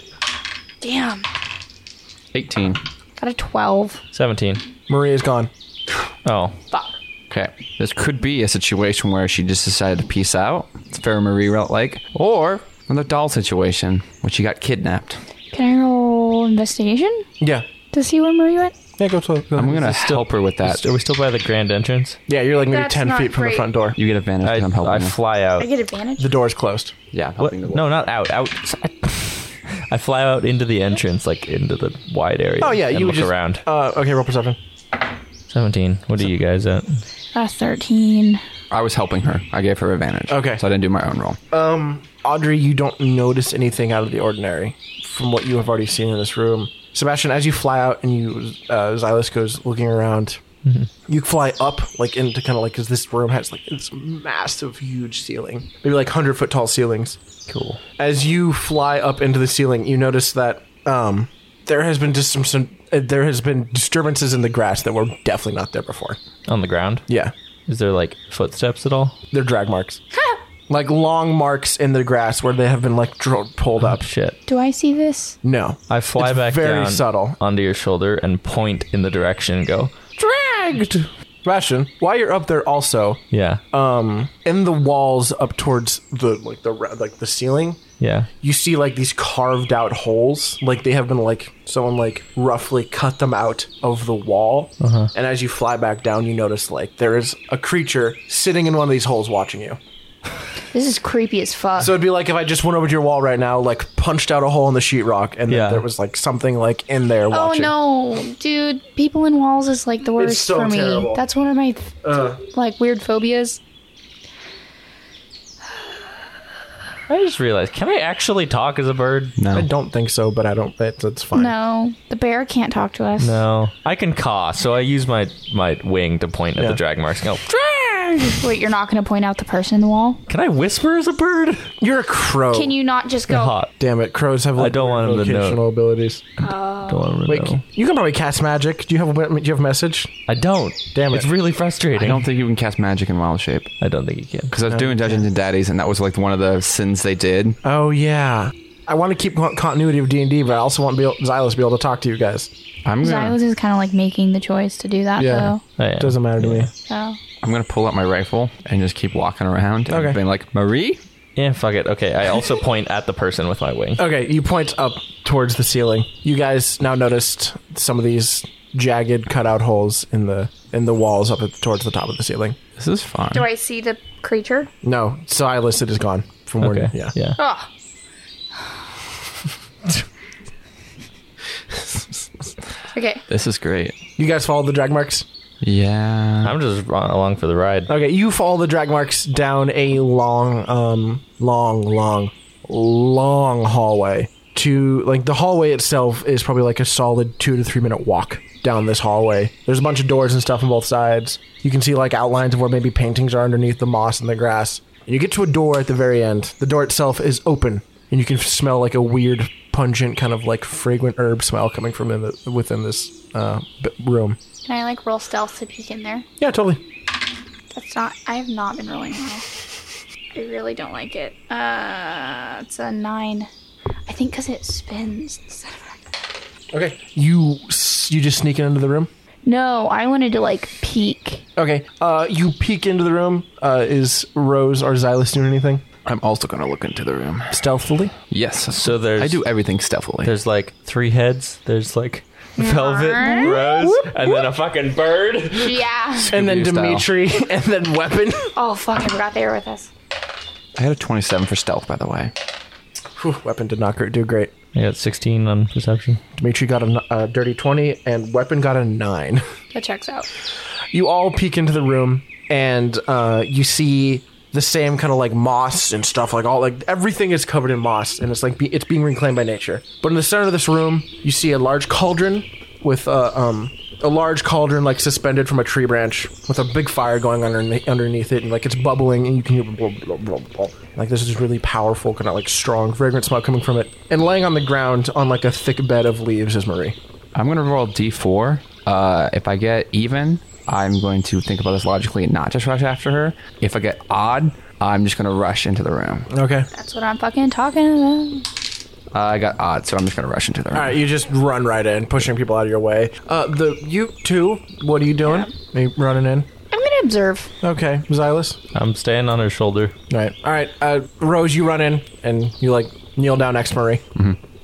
[SPEAKER 6] Damn.
[SPEAKER 2] Eighteen.
[SPEAKER 6] Got a 12.
[SPEAKER 1] Seventeen.
[SPEAKER 4] Maria's gone.
[SPEAKER 1] Oh,
[SPEAKER 2] Okay. This could be a situation where she just decided to peace out. It's very Marie like, or another doll situation when she got kidnapped.
[SPEAKER 6] Can I roll investigation
[SPEAKER 4] Yeah.
[SPEAKER 6] to see where Marie went?
[SPEAKER 4] Yeah, go to. Go
[SPEAKER 2] I'm gonna
[SPEAKER 1] still-
[SPEAKER 2] help her with that.
[SPEAKER 1] are we still by the grand entrance?
[SPEAKER 4] Yeah, you're like maybe
[SPEAKER 6] That's
[SPEAKER 4] ten
[SPEAKER 6] not
[SPEAKER 4] feet from the
[SPEAKER 6] great.
[SPEAKER 4] front door.
[SPEAKER 2] You get advantage
[SPEAKER 1] I,
[SPEAKER 2] because I'm helping.
[SPEAKER 1] I
[SPEAKER 2] her.
[SPEAKER 1] fly out.
[SPEAKER 6] get advantage.
[SPEAKER 4] The door's closed.
[SPEAKER 2] yeah, I'm
[SPEAKER 1] What?
[SPEAKER 2] helping the-
[SPEAKER 1] No, not out. Out. I fly out into the entrance, like into the wide area.
[SPEAKER 4] Oh yeah,
[SPEAKER 1] and
[SPEAKER 4] you
[SPEAKER 1] look
[SPEAKER 4] just,
[SPEAKER 1] around.
[SPEAKER 4] Uh, okay, roll perception.
[SPEAKER 1] Seventeen. What are you guys at?
[SPEAKER 6] A 13.
[SPEAKER 2] I was helping her. I gave her advantage.
[SPEAKER 4] Okay.
[SPEAKER 2] So I didn't do my own roll.
[SPEAKER 4] Um, Audrey, you don't notice anything out of the ordinary from what you have already seen in this room. Sebastian, as you fly out and you, uh, Xylus goes looking around.
[SPEAKER 1] Mm-hmm.
[SPEAKER 4] You fly up, like into kind of like, because this room has like this massive, huge ceiling, maybe like hundred foot tall ceilings.
[SPEAKER 1] Cool.
[SPEAKER 4] as you fly up into the ceiling, you notice that um, there has been just some, some uh, there has been disturbances in the grass that were definitely not there before.
[SPEAKER 1] On the ground.
[SPEAKER 4] Yeah,
[SPEAKER 1] Is there like footsteps at all?
[SPEAKER 4] they're drag marks, like long marks in the grass where they have been like dro- pulled up.
[SPEAKER 1] Oh, Shit.
[SPEAKER 6] Do I see this?
[SPEAKER 4] No,
[SPEAKER 1] I fly
[SPEAKER 4] It's
[SPEAKER 1] back
[SPEAKER 4] very
[SPEAKER 1] down
[SPEAKER 4] subtle.
[SPEAKER 1] onto your shoulder and point in the direction and go.
[SPEAKER 4] dragged. Sebastian, while you're up there, also
[SPEAKER 1] Yeah.
[SPEAKER 4] um, in the walls up towards the like the ra- like the ceiling,
[SPEAKER 1] yeah.
[SPEAKER 4] you see like these carved out holes like they have been like someone like roughly cut them out of the wall
[SPEAKER 1] Uh-huh.
[SPEAKER 4] and as you fly back down you notice like there is a creature sitting in one of these holes watching you
[SPEAKER 6] This is creepy as fuck.
[SPEAKER 4] so it'd be like if i just went over to your wall right now like punched out a hole in the sheetrock and
[SPEAKER 1] Yeah.
[SPEAKER 4] then there was like something like in there
[SPEAKER 6] oh
[SPEAKER 4] watching
[SPEAKER 6] no. Dude, people in walls is like the worst
[SPEAKER 4] so
[SPEAKER 6] for me.
[SPEAKER 4] terrible.
[SPEAKER 6] That's one of my
[SPEAKER 4] Uh,
[SPEAKER 6] like weird phobias.
[SPEAKER 1] I just realized. Can I actually talk as a bird?
[SPEAKER 4] i
[SPEAKER 2] No.
[SPEAKER 4] don't think so but i don't that, that's fine
[SPEAKER 6] No, the bear can't talk to us.
[SPEAKER 1] No. I can caw, so I use my my wing to point at
[SPEAKER 4] Yeah.
[SPEAKER 1] the drag marks. and go.
[SPEAKER 6] Wait, you're not going to point out the person in the wall?
[SPEAKER 1] Can I whisper as a bird?
[SPEAKER 4] you're a crow
[SPEAKER 6] Can you not just go?
[SPEAKER 1] Oh. Hot.
[SPEAKER 4] damn it crows have
[SPEAKER 1] don't want him to know.
[SPEAKER 4] vocational abilities
[SPEAKER 1] Don't wanna
[SPEAKER 4] Uh, Wait,
[SPEAKER 1] know.
[SPEAKER 4] you can probably cast magic do you have a do you have a message
[SPEAKER 1] I don't.
[SPEAKER 4] Damn it.
[SPEAKER 1] It's really frustrating.
[SPEAKER 2] I don't think you can cast magic in wild shape.
[SPEAKER 1] I don't think you can.
[SPEAKER 2] Because I was doing Dungeons and Daddies, and that was like one of the sins they did.
[SPEAKER 4] Oh yeah. I want to keep con- continuity of D and D, but I also want be able- Xylus to be able to talk to you guys.
[SPEAKER 2] I'm gonna,
[SPEAKER 6] Xylus is kind of like making the choice to do that though.
[SPEAKER 1] I am.
[SPEAKER 4] doesn't matter to me.
[SPEAKER 6] So
[SPEAKER 2] I'm gonna pull out my rifle and just keep walking around. And
[SPEAKER 4] Okay.
[SPEAKER 2] Being like Marie,
[SPEAKER 1] Yeah, fuck it. Okay, I also point at the person with my wing.
[SPEAKER 4] Okay, you point up towards the ceiling. You guys now noticed some of these jagged cutout holes in the in the walls up at, towards the top of the ceiling.
[SPEAKER 2] This is fun.
[SPEAKER 6] Do I see the creature?
[SPEAKER 4] No, so I listed is gone from where.
[SPEAKER 1] Okay.
[SPEAKER 4] Yeah.
[SPEAKER 1] Yeah.
[SPEAKER 6] Oh, okay.
[SPEAKER 2] This is great.
[SPEAKER 4] You guys follow the drag marks.
[SPEAKER 2] Yeah.
[SPEAKER 1] I'm just ro- along for the ride.
[SPEAKER 4] Okay, you follow the drag marks down a long, um, long, long, long hallway to like the hallway itself is probably like a solid two to three minute walk down this hallway. There's a bunch of doors and stuff on both sides. You can see like outlines of where maybe paintings are underneath the moss and the grass. And you get to a door at the very end. The door itself is open, and you can smell like a weird, pungent kind of like fragrant herb smell coming from in the, within this uh, b- room.
[SPEAKER 6] Can I like roll stealth to peek in there?
[SPEAKER 4] Yeah, totally.
[SPEAKER 6] That's not. I have not been rolling well. I really don't like it. Uh, it's a nine. I think because it spins. instead of-
[SPEAKER 4] Okay. You s- you just sneaking into the room.
[SPEAKER 3] No, I wanted to like peek.
[SPEAKER 4] Okay. Uh, you peek into the room. Uh, is Rose or Xylus doing anything
[SPEAKER 2] I'm also going to look into the room.
[SPEAKER 4] stealthily?
[SPEAKER 2] Yes.
[SPEAKER 1] So there's
[SPEAKER 2] I do everything stealthily.
[SPEAKER 1] there's like three heads. There's like velvet rose, and then a fucking bird.
[SPEAKER 6] Yeah.
[SPEAKER 4] and then
[SPEAKER 2] style.
[SPEAKER 4] Dimitri, and then Weapon.
[SPEAKER 6] Oh fuck! I forgot they were with us.
[SPEAKER 2] I had a 27 for stealth, by the way.
[SPEAKER 4] Whew, weapon did not gr- do great.
[SPEAKER 1] I got 16 on perception.
[SPEAKER 4] Dimitri got a, n- a dirty twenty, and Weapon got a nine.
[SPEAKER 6] That checks out.
[SPEAKER 4] you all peek into the room and uh, you see the same kind of like moss and stuff like all like everything is covered in moss and it's like be, it's being reclaimed by nature but in the center of this room you see a large cauldron with uh, um, a large cauldron like suspended from a tree branch with a big fire going underneath, underneath it and like it's bubbling and you can hear blah, blah, blah, blah. like this is really powerful kind of like strong fragrant smell coming from it and laying on the ground on like a thick bed of leaves is marie
[SPEAKER 2] I'm going to roll d4. Uh, if I get even, I'm going to think about this logically and not just rush after her. If I get odd, I'm just going to rush into the room. Uh,
[SPEAKER 4] okay
[SPEAKER 6] That's what I'm fucking talking about.
[SPEAKER 2] I got odd, so I'm just going to rush into the room.
[SPEAKER 4] All right, you just run right in, pushing people out of your way. Uh, the you two, what are you doing? Are you running in?
[SPEAKER 3] I'm gonna observe.
[SPEAKER 4] Okay, Xylus.
[SPEAKER 1] I'm staying on her shoulder.
[SPEAKER 4] All right, all right. Uh, Rose, you run in and you like kneel down next to Marie.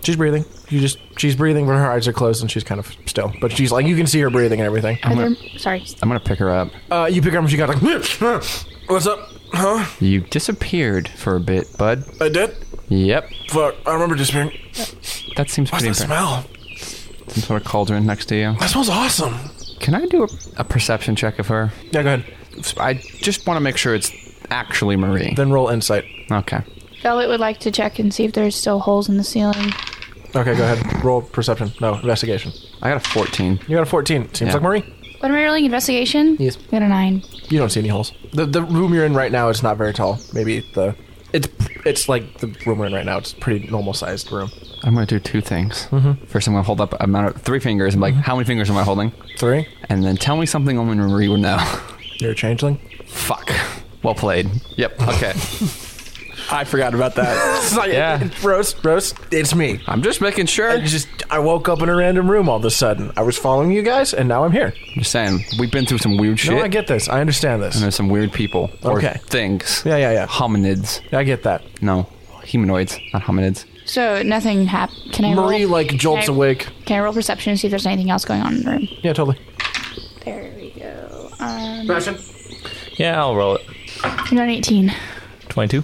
[SPEAKER 4] She's breathing. You just she's breathing, but her eyes are closed and she's kind of still. But she's like you can see her breathing and everything.
[SPEAKER 3] Are there- sorry.
[SPEAKER 2] I'm going to pick her up.
[SPEAKER 4] Uh, you pick her up and she got like, what's up? Huh?
[SPEAKER 2] You disappeared for a bit, bud.
[SPEAKER 4] I did.
[SPEAKER 2] Yep.
[SPEAKER 4] Fuck, I remember just being.
[SPEAKER 2] That seems pretty impressive.
[SPEAKER 4] smell?
[SPEAKER 2] Some sort of cauldron next to you.
[SPEAKER 4] That smells awesome.
[SPEAKER 2] Can I do a, a perception check of her?
[SPEAKER 4] Yeah, go ahead.
[SPEAKER 2] I just want to make sure it's actually Marie.
[SPEAKER 4] Then roll insight.
[SPEAKER 2] Okay.
[SPEAKER 6] Velvet would like to check and see if there's still holes in the ceiling.
[SPEAKER 4] Okay, go ahead. Roll perception. No, investigation.
[SPEAKER 2] I got a 14.
[SPEAKER 4] You got a 14. Seems
[SPEAKER 2] Yeah.
[SPEAKER 4] like Marie.
[SPEAKER 6] What am I rolling? Investigation.
[SPEAKER 4] Yes.
[SPEAKER 6] I got a nine.
[SPEAKER 4] You don't see any holes. The the room you're in right now is not very tall. Maybe the it's it's like the room we're in right now. It's a pretty normal sized room.
[SPEAKER 2] I'm going to do two things.
[SPEAKER 4] Mm-hmm.
[SPEAKER 2] First, I'm going to hold up a amount of three fingers. I'm like, how many fingers am I holding?
[SPEAKER 4] Three.
[SPEAKER 2] And then tell me something only Marie would know.
[SPEAKER 4] You're a changeling.
[SPEAKER 2] Fuck. Well played. Yep. Okay.
[SPEAKER 4] I forgot about that. it's like,
[SPEAKER 2] Yeah.
[SPEAKER 4] Rose, Rose, it's me.
[SPEAKER 2] I'm just making sure.
[SPEAKER 4] I just I woke up in a random room all of a sudden. I was following you guys, and now I'm here.
[SPEAKER 2] just saying, we've been through some weird shit.
[SPEAKER 4] No, I get this. I understand this.
[SPEAKER 2] There's some weird people or
[SPEAKER 4] Okay.
[SPEAKER 2] things.
[SPEAKER 4] Yeah, yeah, yeah.
[SPEAKER 2] Hominids.
[SPEAKER 4] I get that.
[SPEAKER 2] No, humanoids, not hominids.
[SPEAKER 3] So nothing happened. Can I
[SPEAKER 4] Marie
[SPEAKER 3] roll?
[SPEAKER 4] like jolts
[SPEAKER 3] I-
[SPEAKER 4] awake.
[SPEAKER 3] Can I roll perception to see if there's anything else going on in the room?
[SPEAKER 4] Yeah, totally.
[SPEAKER 6] There we go. Um,
[SPEAKER 1] Yeah, I'll roll it.
[SPEAKER 3] I'm at 18.
[SPEAKER 1] 22.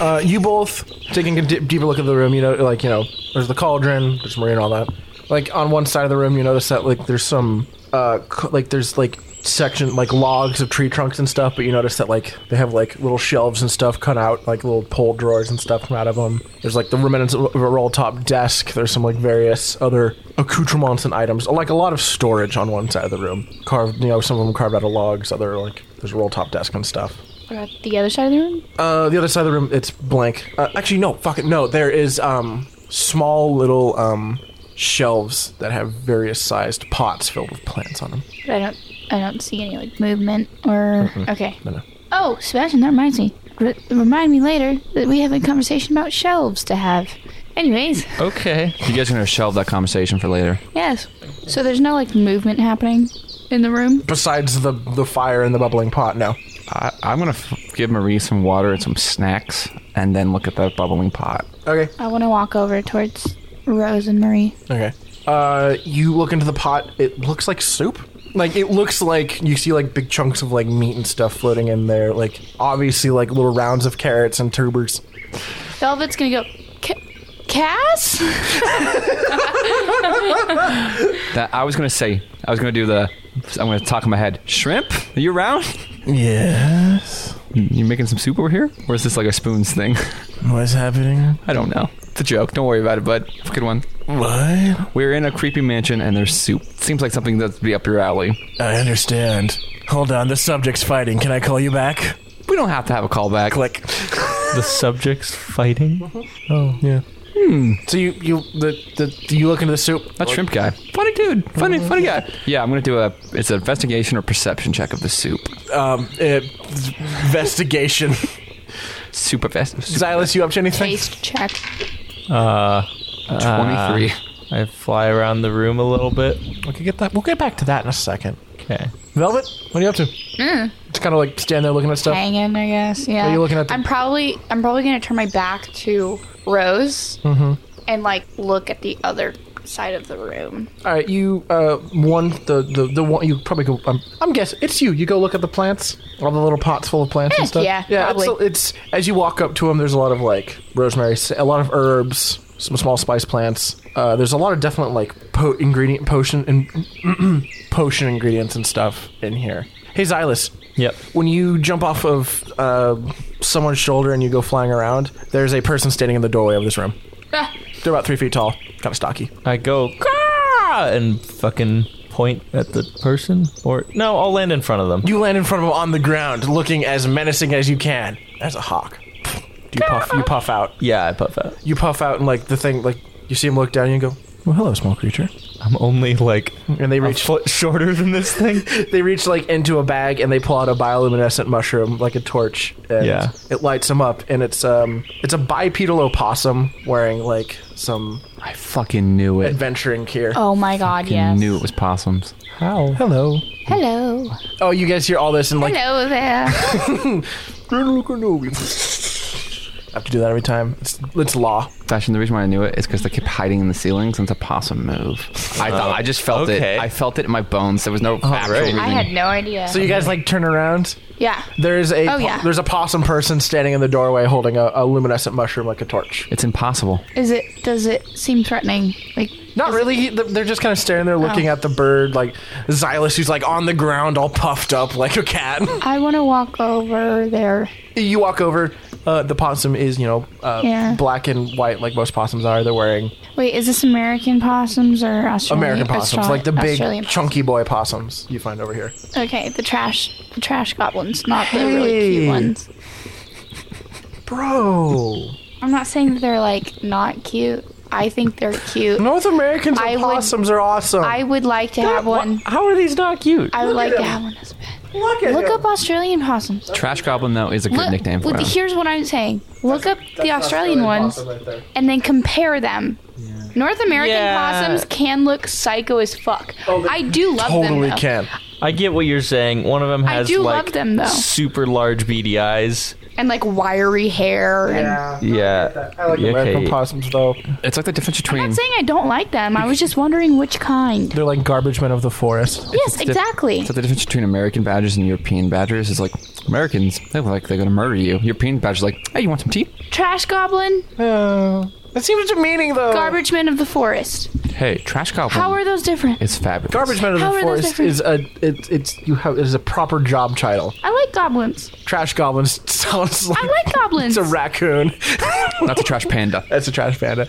[SPEAKER 4] Uh, you both taking a di- deeper look at the room. You know, like you know, there's the cauldron, there's Marie and all that. Like on one side of the room, you notice that like there's some uh, c- like there's like section like logs of tree trunks and stuff. But you notice that like they have like little shelves and stuff cut out, like little pole drawers and stuff come out of them. There's like the remnants of a roll top desk. There's some like various other accoutrements and items. Like a lot of storage on one side of the room, carved. You know, some of them carved out of logs. Other like there's a roll top desk and stuff.
[SPEAKER 6] what about the other side of the room?
[SPEAKER 4] Uh, the other side of the room, it's blank. Uh, actually, no, fuck it, no. There is um small little um shelves that have various sized pots filled with plants on them.
[SPEAKER 6] I don't. I don't see any like movement or. Okay.
[SPEAKER 4] no.
[SPEAKER 6] Oh, Sebastian, that reminds me. Re- remind me later that we have a conversation about shelves to have. Anyways,
[SPEAKER 1] Okay.
[SPEAKER 2] You guys are going to shelve that conversation for later.
[SPEAKER 6] yes. So there's no like movement happening.
[SPEAKER 3] in the room?
[SPEAKER 4] Besides the the fire and the bubbling pot, no.
[SPEAKER 2] I, I'm gonna f- give Marie some water and some snacks, and then look at that bubbling pot.
[SPEAKER 4] Okay.
[SPEAKER 6] I want to walk over towards Rose and Marie.
[SPEAKER 4] Okay. Uh, you look into the pot. It looks like soup. Like it looks like you see like big chunks of like meat and stuff floating in there. Like obviously like little rounds of carrots and tubers.
[SPEAKER 3] Velvet's gonna go. "Ca- Cass?
[SPEAKER 2] That I was gonna say, I was gonna do the. I'm gonna talk in my head. Shrimp? Are you around?
[SPEAKER 7] Yes.
[SPEAKER 2] You making some soup over here, or is this like a spoons thing?
[SPEAKER 7] What's happening?
[SPEAKER 2] I don't know. It's a joke. Don't worry about it, bud. It's a good one.
[SPEAKER 7] What?
[SPEAKER 2] We're in a creepy mansion, and there's soup. Seems like something that'd be up your alley.
[SPEAKER 7] I understand. Hold on, the subject's fighting. Can I call you back?
[SPEAKER 2] We don't have to have a callback.
[SPEAKER 7] Click.
[SPEAKER 1] The subjects fighting.
[SPEAKER 7] Oh, yeah.
[SPEAKER 4] Hmm, So you you the, the you look into the soup.
[SPEAKER 2] That shrimp guy. Funny dude. Funny, funny guy. Yeah, I'm gonna do a. It's an investigation or perception check of the soup.
[SPEAKER 4] Um, uh, investigation.
[SPEAKER 2] Super fast. Super
[SPEAKER 4] Xylus, you up to anything?
[SPEAKER 6] Taste check.
[SPEAKER 1] Uh, uh,
[SPEAKER 2] 23.
[SPEAKER 1] I fly around the room a little bit.
[SPEAKER 4] We can get that. We'll get back to that in a second.
[SPEAKER 1] Okay.
[SPEAKER 4] Velvet, what are you up to? Just kind of like stand there looking at stuff.
[SPEAKER 6] Hanging, I guess. Yeah.
[SPEAKER 4] Are you looking at the-
[SPEAKER 6] I'm probably I'm probably gonna turn my back to Rose
[SPEAKER 4] Mm-hmm.
[SPEAKER 6] and like look at the other side of the room.
[SPEAKER 4] All right, you uh one the the the one you probably go. Um, I'm guessing it's you. You go look at the plants, all the little pots full of plants and
[SPEAKER 6] Heck
[SPEAKER 4] stuff.
[SPEAKER 6] Eh, yeah,
[SPEAKER 4] yeah. It's,
[SPEAKER 6] probably.
[SPEAKER 4] it's as you walk up to them. There's a lot of like rosemary, s- a lot of herbs, some small spice plants. Uh, there's a lot of definite like po- ingredient potion and potion ingredients and stuff in here. Hey Xylus,
[SPEAKER 1] Yep.
[SPEAKER 4] when you jump off of uh, someone's shoulder and you go flying around, there's a person standing in the doorway of this room.
[SPEAKER 6] Ah.
[SPEAKER 4] They're about three feet tall, kind of stocky.
[SPEAKER 1] I go "Caw!" and fucking point at the person, or no, I'll land in front of them.
[SPEAKER 4] You land in front of him on the ground, looking as menacing as you can. As a hawk. You puff you puff out.
[SPEAKER 1] yeah, I puff out.
[SPEAKER 4] You puff out and like the thing like you see him look down and you go, Well hello, small creature.
[SPEAKER 1] I'm only like
[SPEAKER 4] And they
[SPEAKER 1] a
[SPEAKER 4] reach
[SPEAKER 1] foot shorter than this thing.
[SPEAKER 4] they reach like into a bag and they pull out a bioluminescent mushroom like a torch and
[SPEAKER 1] Yeah.
[SPEAKER 4] it lights him up and it's um it's a bipedal opossum wearing like some
[SPEAKER 2] I fucking knew it.
[SPEAKER 4] adventuring gear.
[SPEAKER 6] Oh my god, yes.
[SPEAKER 2] Knew it was possums.
[SPEAKER 1] How?
[SPEAKER 4] Hello.
[SPEAKER 6] Hello.
[SPEAKER 4] Oh, you guys hear all this and like
[SPEAKER 6] Hello there.
[SPEAKER 4] General Kenobi. I have to do that every time. It's it's law.
[SPEAKER 2] Fashion, the reason why I knew it is because they kept hiding in the ceiling since a possum move. I thought I just felt
[SPEAKER 1] okay. Oh,
[SPEAKER 2] it. I felt it in my bones. There was no actual
[SPEAKER 1] right.
[SPEAKER 2] reason.
[SPEAKER 6] I had no idea.
[SPEAKER 4] So you guys like turn around
[SPEAKER 6] yeah.
[SPEAKER 4] There's a
[SPEAKER 6] Oh, yeah.
[SPEAKER 4] there's a possum person standing in the doorway holding a, a luminescent mushroom like a torch.
[SPEAKER 2] it's impossible.
[SPEAKER 6] Is it does it seem threatening? Like
[SPEAKER 4] Not really. He- th- They're just kind of standing there
[SPEAKER 6] Oh.
[SPEAKER 4] looking at the bird, like Xylus, who's like on the ground, all puffed up like a cat.
[SPEAKER 6] I wanna walk over there.
[SPEAKER 4] you walk over. Uh, the possum is, you know, uh,
[SPEAKER 6] Yeah.
[SPEAKER 4] black and white, like most possums are. They're wearing
[SPEAKER 6] Wait, is this American possums or Australian?
[SPEAKER 4] American possums,
[SPEAKER 6] Australi-
[SPEAKER 4] like the big
[SPEAKER 6] Australian
[SPEAKER 4] chunky boy possums you find over here.
[SPEAKER 6] Okay, the trash, the trash goblins, not the really cute
[SPEAKER 4] Hey.
[SPEAKER 6] ones.
[SPEAKER 4] Bro,
[SPEAKER 6] I'm not saying that they're like not cute. I think they're cute.
[SPEAKER 4] North Americans and
[SPEAKER 6] I would-
[SPEAKER 4] possums are awesome.
[SPEAKER 6] I would like to have one.
[SPEAKER 1] How are these not cute?
[SPEAKER 6] I
[SPEAKER 4] Look
[SPEAKER 6] would like
[SPEAKER 4] at
[SPEAKER 6] to
[SPEAKER 4] him.
[SPEAKER 6] have one as a pet.
[SPEAKER 4] Look at
[SPEAKER 6] Look
[SPEAKER 4] him.
[SPEAKER 6] up Australian possums.
[SPEAKER 2] Trash goblin though is a good
[SPEAKER 6] Look-
[SPEAKER 2] nickname for
[SPEAKER 6] look,
[SPEAKER 2] him.
[SPEAKER 6] here's what I'm saying. Look up the Australian, ones and then compare them. North American
[SPEAKER 1] Yeah.
[SPEAKER 6] possums can look psycho as fuck.
[SPEAKER 4] they
[SPEAKER 6] I do love them.
[SPEAKER 4] Totally
[SPEAKER 6] though.
[SPEAKER 4] can.
[SPEAKER 1] I get what you're saying. One of them
[SPEAKER 6] I
[SPEAKER 1] has
[SPEAKER 6] do
[SPEAKER 1] like
[SPEAKER 6] love them though,
[SPEAKER 1] super large beady eyes.
[SPEAKER 6] and like wiry hair. And
[SPEAKER 1] Yeah.
[SPEAKER 4] I like
[SPEAKER 1] Okay.
[SPEAKER 4] American possums though.
[SPEAKER 2] It's like the difference
[SPEAKER 6] I'm
[SPEAKER 2] between.
[SPEAKER 6] not saying I don't like them. I was just wondering which kind.
[SPEAKER 4] They're like garbage men of the forest.
[SPEAKER 6] Yes,
[SPEAKER 2] diff-
[SPEAKER 6] exactly.
[SPEAKER 2] It's like the difference between American badgers and European badgers is like Americans they look like they're gonna murder you. European badgers like, hey, you want some tea?
[SPEAKER 6] Trash goblin,
[SPEAKER 4] Oh, that seems demeaning
[SPEAKER 2] Oh.
[SPEAKER 4] though.
[SPEAKER 6] garbage men of the forest.
[SPEAKER 2] Hey, trash goblin.
[SPEAKER 6] How are those different?
[SPEAKER 2] It's fabulous.
[SPEAKER 4] Garbage men of
[SPEAKER 6] How
[SPEAKER 4] the
[SPEAKER 6] are those
[SPEAKER 4] forest
[SPEAKER 6] different?
[SPEAKER 4] is a it, it's you have it is a proper job title.
[SPEAKER 6] I like goblins.
[SPEAKER 4] Trash goblins sounds like,
[SPEAKER 6] I like goblins.
[SPEAKER 4] it's a raccoon.
[SPEAKER 2] That's a trash panda.
[SPEAKER 4] That's a trash panda.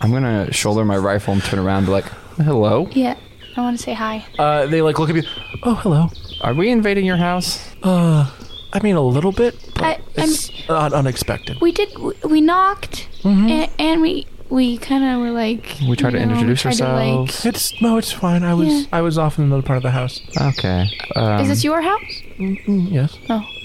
[SPEAKER 2] I'm gonna shoulder my rifle and turn around, and be like, "Hello,
[SPEAKER 6] yeah, I want to say hi.
[SPEAKER 4] Uh, they like look at you. Oh hello.
[SPEAKER 2] are we invading your house?"
[SPEAKER 4] Uh, I mean a little bit,
[SPEAKER 2] Oh,
[SPEAKER 4] but
[SPEAKER 6] I, I'm,
[SPEAKER 4] it's not unexpected.
[SPEAKER 6] we did. We knocked, and, and we we kind of were like.
[SPEAKER 2] Mm-hmm. We tried
[SPEAKER 6] you
[SPEAKER 2] to
[SPEAKER 6] know,
[SPEAKER 2] introduce
[SPEAKER 6] tried to, like-
[SPEAKER 2] ourselves.
[SPEAKER 4] It's no, it's fine. I was
[SPEAKER 6] Yeah.
[SPEAKER 4] I was off in another part of the house.
[SPEAKER 2] Okay. Um,
[SPEAKER 6] is this your house?
[SPEAKER 4] Mm, yes,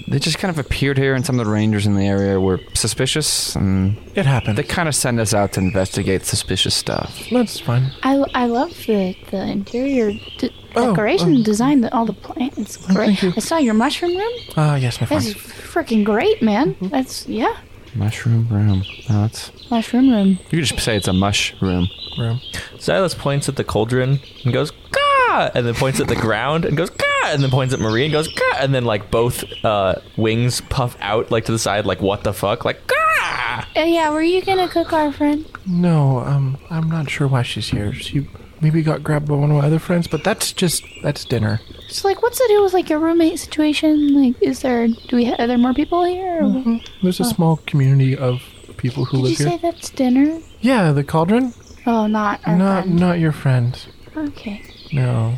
[SPEAKER 2] They just kind of appeared here, and some of the rangers in the area were suspicious, and
[SPEAKER 4] it happened.
[SPEAKER 2] they kind of send us out to investigate suspicious stuff.
[SPEAKER 4] That's fine.
[SPEAKER 6] I, I love the the interior d-
[SPEAKER 2] Oh,
[SPEAKER 6] decoration design, the, all the plants. It's great. I saw your mushroom room.
[SPEAKER 4] Ah, yes, my
[SPEAKER 6] That's
[SPEAKER 4] friend.
[SPEAKER 6] freaking great, man.
[SPEAKER 2] Mm-hmm.
[SPEAKER 6] That's yeah,
[SPEAKER 2] Mushroom room. That's
[SPEAKER 6] mushroom room.
[SPEAKER 2] you could just say it's a mushroom.
[SPEAKER 4] Room.
[SPEAKER 1] Silas points at the cauldron and goes, Gah! And then points at the ground and goes, Gah! And then points at Marie and goes, Gah! And then, like, both uh, wings puff out, like, to the side, like, what the fuck? Like, Gah!
[SPEAKER 6] Uh, yeah, were you gonna cook our friend?
[SPEAKER 4] No, um, I'm not sure why she's here. She maybe got grabbed by one of my other friends, but that's just that's dinner.
[SPEAKER 6] So like, what's the deal with like your roommate situation? Like, is there do we ha- are there more people here? Or
[SPEAKER 1] Mm-hmm.
[SPEAKER 6] what?
[SPEAKER 4] There's a small community of people who
[SPEAKER 6] Oh. Did you
[SPEAKER 4] live here.
[SPEAKER 6] say that's dinner?
[SPEAKER 4] yeah, the cauldron.
[SPEAKER 6] Oh, not our
[SPEAKER 4] Not
[SPEAKER 6] friend.
[SPEAKER 4] not your friend.
[SPEAKER 6] Okay.
[SPEAKER 4] No.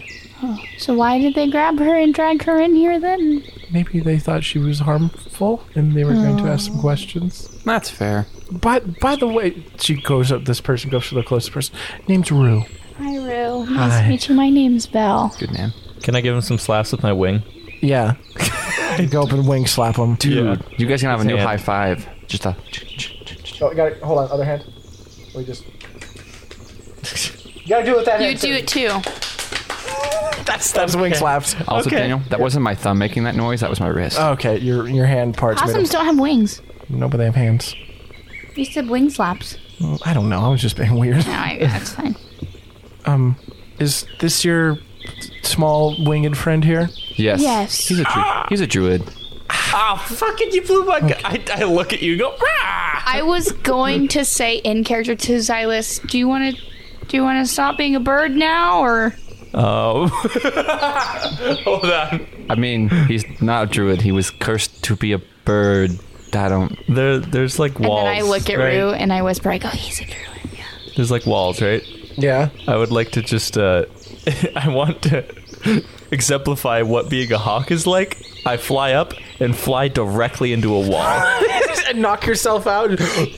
[SPEAKER 6] So why did they grab her and drag her in here then?
[SPEAKER 4] Maybe they thought she was harmful and they were going to
[SPEAKER 6] Oh.
[SPEAKER 4] ask some questions.
[SPEAKER 2] That's fair.
[SPEAKER 4] By by the way, she goes up. This person goes to the closest person. Name's Rue.
[SPEAKER 6] Hi, Rue. Nice
[SPEAKER 4] Hi.
[SPEAKER 6] to meet you. My name's Belle.
[SPEAKER 2] Good name.
[SPEAKER 1] Can I give him some slaps with my wing?
[SPEAKER 4] Yeah. go up and wing slap him.
[SPEAKER 2] Dude, you guys gonna have a new
[SPEAKER 1] Yeah.
[SPEAKER 2] high five. Just a
[SPEAKER 4] Oh, got it. Hold on, other hand. We just. You gotta do it with that
[SPEAKER 3] You do it too.
[SPEAKER 4] That's that's wing slaps.
[SPEAKER 2] also Daniel. That wasn't my thumb making that noise. That was my wrist.
[SPEAKER 1] Uh,
[SPEAKER 4] Okay, your your hand parts. made
[SPEAKER 6] Possums don't have wings.
[SPEAKER 4] of- no, but they have hands.
[SPEAKER 6] You said wing slaps.
[SPEAKER 4] Mm, I don't know. I was just being weird.
[SPEAKER 6] No, I, that's fine.
[SPEAKER 4] Um, is this your small winged friend here?
[SPEAKER 2] yes.
[SPEAKER 6] Yes.
[SPEAKER 2] He's a dru- he's a druid.
[SPEAKER 1] Oh, fucking, you blew my. I, I look at you and go,
[SPEAKER 3] I was going to say in character to Xylus, do you want to do you want to stop being a bird now or
[SPEAKER 1] Oh. Hold on.
[SPEAKER 2] I mean, he's not a druid. He was cursed to be a bird. I don't.
[SPEAKER 1] There, there's like
[SPEAKER 3] and
[SPEAKER 1] walls.
[SPEAKER 3] then I look at
[SPEAKER 1] right?
[SPEAKER 3] Rue and I whisper, I go, he's a druid.
[SPEAKER 1] There's like walls, right?
[SPEAKER 4] Yeah.
[SPEAKER 1] I would like to just. uh I want to exemplify what being a hawk is like. I fly up and fly directly into a wall.
[SPEAKER 4] and knock yourself out.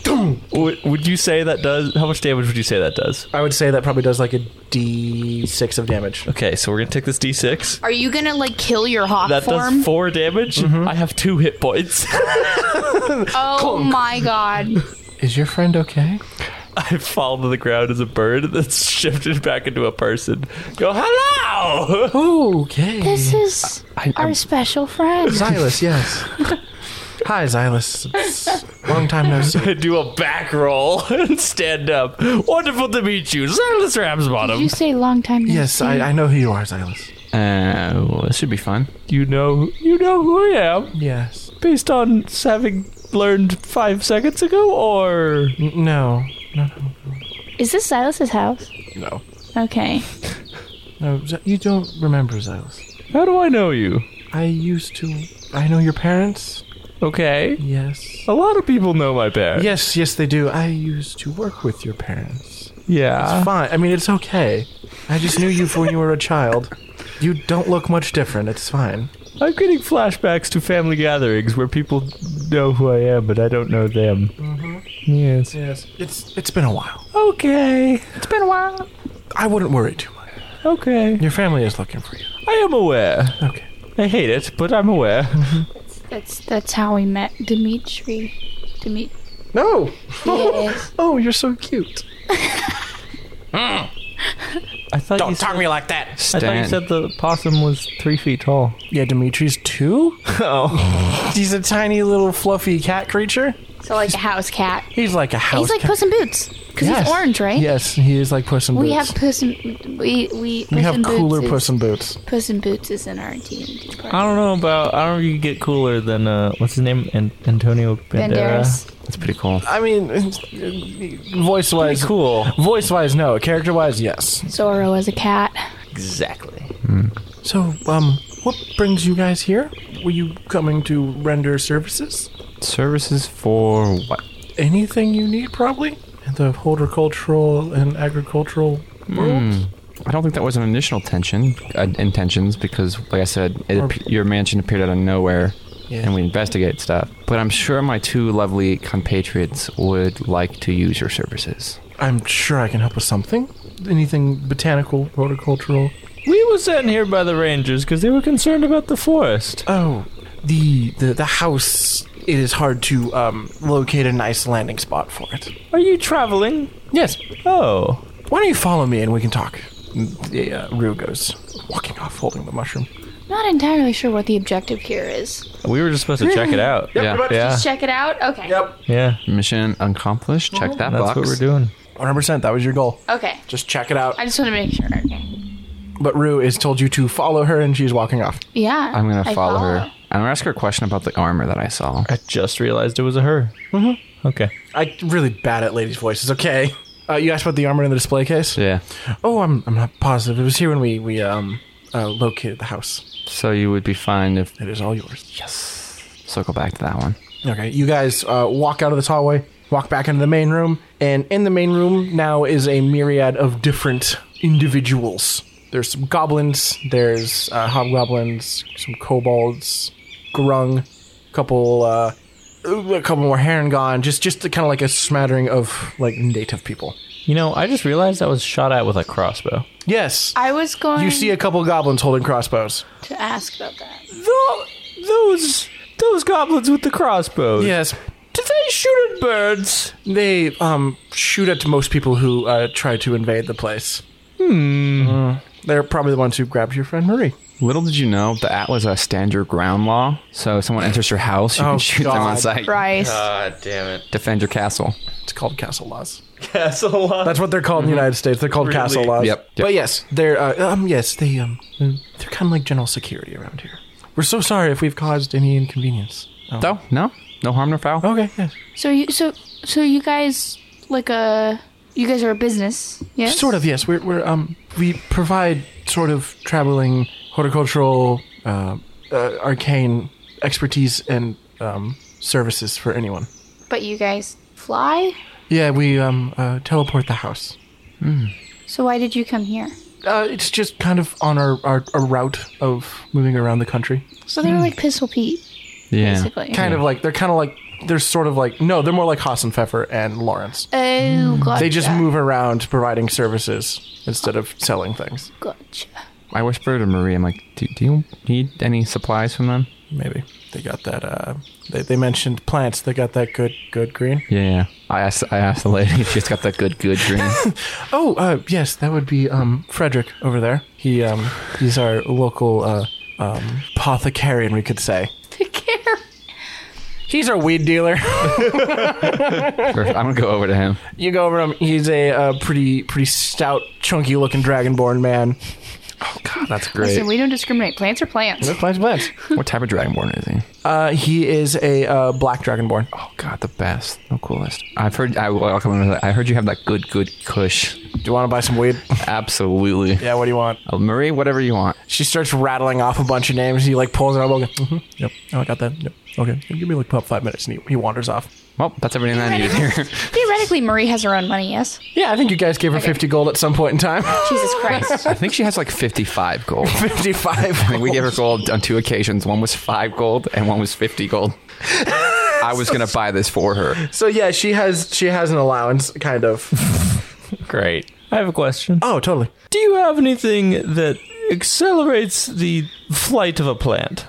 [SPEAKER 1] would, would you say that does? How much damage would you say that does?
[SPEAKER 4] I would say that probably does like a D6 of damage.
[SPEAKER 1] Okay, so we're gonna take this d6.
[SPEAKER 3] Are you gonna like kill your hawk
[SPEAKER 1] That
[SPEAKER 3] form?
[SPEAKER 1] does four damage. I have two hit points.
[SPEAKER 3] oh my god.
[SPEAKER 4] Is your friend okay?
[SPEAKER 1] I fall to the ground as a bird that's shifted back into a person. Go, hello!
[SPEAKER 4] Okay.
[SPEAKER 6] This is our special friend.
[SPEAKER 4] Xylus, yes. Hi, Xylus. It's Long time no see.
[SPEAKER 1] I do a back roll and stand up. Wonderful to meet you, Silas Ramsbottom.
[SPEAKER 6] You say long time. no
[SPEAKER 4] Yes,
[SPEAKER 6] see.
[SPEAKER 4] I, I know who you are, Xylus.
[SPEAKER 2] Uh, well, this should be fun.
[SPEAKER 1] You know, you know who I am
[SPEAKER 4] Yes.
[SPEAKER 1] based on having learned five seconds ago, or
[SPEAKER 4] N- no. No, no.
[SPEAKER 6] Is this Silas's house?
[SPEAKER 4] No.
[SPEAKER 6] Okay.
[SPEAKER 4] No, Z- you don't remember, Xylus.
[SPEAKER 1] how do I know you?
[SPEAKER 4] I used to. I know your parents.
[SPEAKER 1] Okay,
[SPEAKER 4] Yes.
[SPEAKER 1] a lot of people know my bear.
[SPEAKER 4] Yes, yes, they do. I used to work with your parents.
[SPEAKER 1] yeah.
[SPEAKER 4] Fine. I mean, it's okay. I just knew you from when you were a child. You don't look much different. It's fine.
[SPEAKER 1] I'm getting flashbacks to family gatherings where people know who I am, but I don't know them.
[SPEAKER 4] Mm-hmm.
[SPEAKER 1] Yes.
[SPEAKER 4] Yes. It's it's been a while.
[SPEAKER 1] Okay.
[SPEAKER 4] I wouldn't worry too much.
[SPEAKER 1] Okay.
[SPEAKER 4] Your family is looking for you.
[SPEAKER 1] I am aware.
[SPEAKER 4] Okay.
[SPEAKER 1] I hate it, but I'm aware.
[SPEAKER 6] That's that's how we met Dimitri. Dimitri.
[SPEAKER 4] No.
[SPEAKER 6] Yes.
[SPEAKER 4] Oh, you're so cute.
[SPEAKER 1] I thought you
[SPEAKER 4] talk to me like that.
[SPEAKER 1] I thought you
[SPEAKER 2] Stan-
[SPEAKER 1] said the possum was three feet tall.
[SPEAKER 4] Yeah, Dimitri's two.
[SPEAKER 1] Oh.
[SPEAKER 4] He's a tiny little fluffy cat creature.
[SPEAKER 3] So like a house cat.
[SPEAKER 4] He's like a house.
[SPEAKER 6] He's like
[SPEAKER 4] cat.
[SPEAKER 6] Puss in Boots because
[SPEAKER 4] Yes.
[SPEAKER 6] he's orange, right?
[SPEAKER 4] Yes, he is like Puss in Boots.
[SPEAKER 6] We have Puss in we we. Puss
[SPEAKER 4] we have
[SPEAKER 6] in
[SPEAKER 4] cooler
[SPEAKER 6] Boots is-
[SPEAKER 4] Puss in Boots.
[SPEAKER 6] Puss in Boots is in our D&D
[SPEAKER 1] I
[SPEAKER 6] party.
[SPEAKER 1] don't know about. I don't know if you could get cooler than uh, what's his name, An- Antonio Banderas.
[SPEAKER 6] Banderas.
[SPEAKER 2] That's pretty cool.
[SPEAKER 4] I mean, voice wise,
[SPEAKER 1] Cool.
[SPEAKER 4] Voice wise, no. Character wise, yes.
[SPEAKER 6] Zorro is a cat.
[SPEAKER 1] Exactly.
[SPEAKER 4] So, um, what brings you guys here? Were you coming to render services?
[SPEAKER 2] Services for what?
[SPEAKER 4] Anything you need, probably? In the horticultural and agricultural world?
[SPEAKER 2] Hmm. I don't think that was an initial tension, uh, intentions, because, like I said, it, ap- your mansion appeared out of nowhere,
[SPEAKER 4] Yeah.
[SPEAKER 2] and we investigate stuff. But I'm sure my two lovely compatriots would like to use your services.
[SPEAKER 4] I'm sure I can help with something. Anything botanical, horticultural?
[SPEAKER 1] We were sent here by the rangers because they were concerned about the forest.
[SPEAKER 4] Oh, the the, the house. It is hard to um, locate a nice landing spot for it.
[SPEAKER 1] Are you traveling?
[SPEAKER 4] Yes.
[SPEAKER 1] Oh.
[SPEAKER 4] Why don't you follow me and we can talk? the uh, Rue goes walking off holding the mushroom.
[SPEAKER 6] Not entirely sure what the objective here is.
[SPEAKER 1] We were just supposed to check it out.
[SPEAKER 2] Yeah.
[SPEAKER 4] everybody-
[SPEAKER 1] Yeah.
[SPEAKER 6] Check it out. Okay.
[SPEAKER 4] Uh. Yep.
[SPEAKER 1] Yeah.
[SPEAKER 2] Mission accomplished. Check that
[SPEAKER 1] That's
[SPEAKER 2] box.
[SPEAKER 1] what we're doing.
[SPEAKER 4] 100%. That was your goal.
[SPEAKER 6] Okay.
[SPEAKER 4] Just check it out.
[SPEAKER 6] I just want to make sure. Okay.
[SPEAKER 4] But Rue is told you to follow her, and she's walking off.
[SPEAKER 6] Yeah.
[SPEAKER 2] I'm gonna
[SPEAKER 6] I
[SPEAKER 2] follow her. I'm gonna ask her a question about the armor that I saw.
[SPEAKER 1] I just realized it was a her. Mm-hmm. Okay.
[SPEAKER 4] I really bad at ladies' voices. Okay. Uh, you asked about the armor in the display case.
[SPEAKER 2] Yeah.
[SPEAKER 4] Oh, I'm I'm not positive. It was here when we we um uh, located the house.
[SPEAKER 2] So you would be fine if
[SPEAKER 4] It is all yours.
[SPEAKER 2] circle back to that one.
[SPEAKER 4] Okay, you guys uh, walk out of this hallway, walk back into the main room, and in the main room now is a myriad of different individuals. There's some goblins, there's uh, hobgoblins, some kobolds, grung, couple, uh, a couple more herangon, just just kind of like a smattering of like native people.
[SPEAKER 1] You know, I just realized I was shot at with a crossbow.
[SPEAKER 4] Yes,
[SPEAKER 6] I was going
[SPEAKER 4] you see a couple goblins holding crossbows.
[SPEAKER 6] to ask about that.
[SPEAKER 1] those those goblins with the crossbows.
[SPEAKER 4] Yes,
[SPEAKER 1] Do they shoot at birds?
[SPEAKER 4] they um shoot at most people who uh, try to invade the place. Hmm. they're probably the ones who grabbed your friend Marie.
[SPEAKER 2] Little did you know the Atlas a stand your ground law. So if someone enters your house, you
[SPEAKER 4] Oh,
[SPEAKER 2] can shoot them on
[SPEAKER 4] God.
[SPEAKER 2] sight.
[SPEAKER 3] Bryce.
[SPEAKER 2] Defend your castle.
[SPEAKER 4] It's called castle laws.
[SPEAKER 1] Castle
[SPEAKER 4] That's what they're called in the United States. They're called castle laws.
[SPEAKER 2] Yep.
[SPEAKER 4] But yes, they're uh, um yes they um they're kind of like general security around here. We're so sorry if we've caused any inconvenience.
[SPEAKER 1] Oh.
[SPEAKER 2] No, no, no harm, no foul.
[SPEAKER 4] Okay. Yes.
[SPEAKER 6] So you so so you guys like a you guys are a business. Yes.
[SPEAKER 4] Sort of. Yes. We're we're um we provide sort of traveling horticultural uh, uh, arcane expertise and um services for anyone.
[SPEAKER 6] But you guys fly.
[SPEAKER 4] Yeah, we um uh, teleport the house.
[SPEAKER 6] So why did you come here?
[SPEAKER 4] Uh, it's just kind of on our, our, our route of moving around the country.
[SPEAKER 6] So
[SPEAKER 4] Hmm.
[SPEAKER 6] they were like Pistol Pete,
[SPEAKER 2] Yeah.
[SPEAKER 6] basically.
[SPEAKER 4] Kind of like they're kind of like they're sort of like no, they're more like Hassenpfeffer and Lawrence.
[SPEAKER 6] Oh, gotcha.
[SPEAKER 4] Hmm. They just move around providing services instead of selling things.
[SPEAKER 6] Gotcha.
[SPEAKER 2] I whisper to Marie, I'm like, do, do you need any supplies from them?
[SPEAKER 4] Maybe they got that. Uh, they they mentioned plants. They got that good good green.
[SPEAKER 2] Yeah, yeah. I asked, I asked the lady if she's got that good, good green.
[SPEAKER 4] Oh uh, yes, that would be um Frederick over there. He um he's our local uh um apothecarian we could say. He's our weed dealer.
[SPEAKER 2] Perfect. I'm going to go over to him.
[SPEAKER 4] You go over to him. He's a uh, pretty, pretty stout, chunky-looking dragonborn man.
[SPEAKER 2] Oh, That's
[SPEAKER 6] Listen,
[SPEAKER 2] great.
[SPEAKER 6] we don't discriminate. Plants are plants.
[SPEAKER 4] Plants, plants.
[SPEAKER 2] What type of dragonborn is he?
[SPEAKER 4] Uh, he is a uh, black dragonborn.
[SPEAKER 2] Oh, God, the best. The coolest. I've heard, I, will come over to that. I heard you have that good, good kush.
[SPEAKER 4] Do you want to buy some weed?
[SPEAKER 2] Absolutely.
[SPEAKER 4] yeah. What do you want?
[SPEAKER 2] Uh, Marie, whatever you want.
[SPEAKER 4] She starts rattling off a bunch of names. He like pulls out. Mm-hmm. Yep. Oh, I got that. Yep. Okay. Give me like about five minutes, and he, he wanders off.
[SPEAKER 2] Well, that's everything I needed here.
[SPEAKER 6] Theoretically, Marie has her own money. Yes.
[SPEAKER 4] Yeah, I think you guys gave her fifty gold at some point in time.
[SPEAKER 6] Jesus Christ.
[SPEAKER 2] I think she has like 55 gold.
[SPEAKER 4] Fifty-five.
[SPEAKER 2] I think we gave her gold on two occasions. One was five gold and one was 50 gold. I was going to buy this for her.
[SPEAKER 4] So yeah, she has she has an allowance, kind of.
[SPEAKER 1] Great. I have a question.
[SPEAKER 4] oh, totally.
[SPEAKER 1] Do you have anything that accelerates the flight of a plant?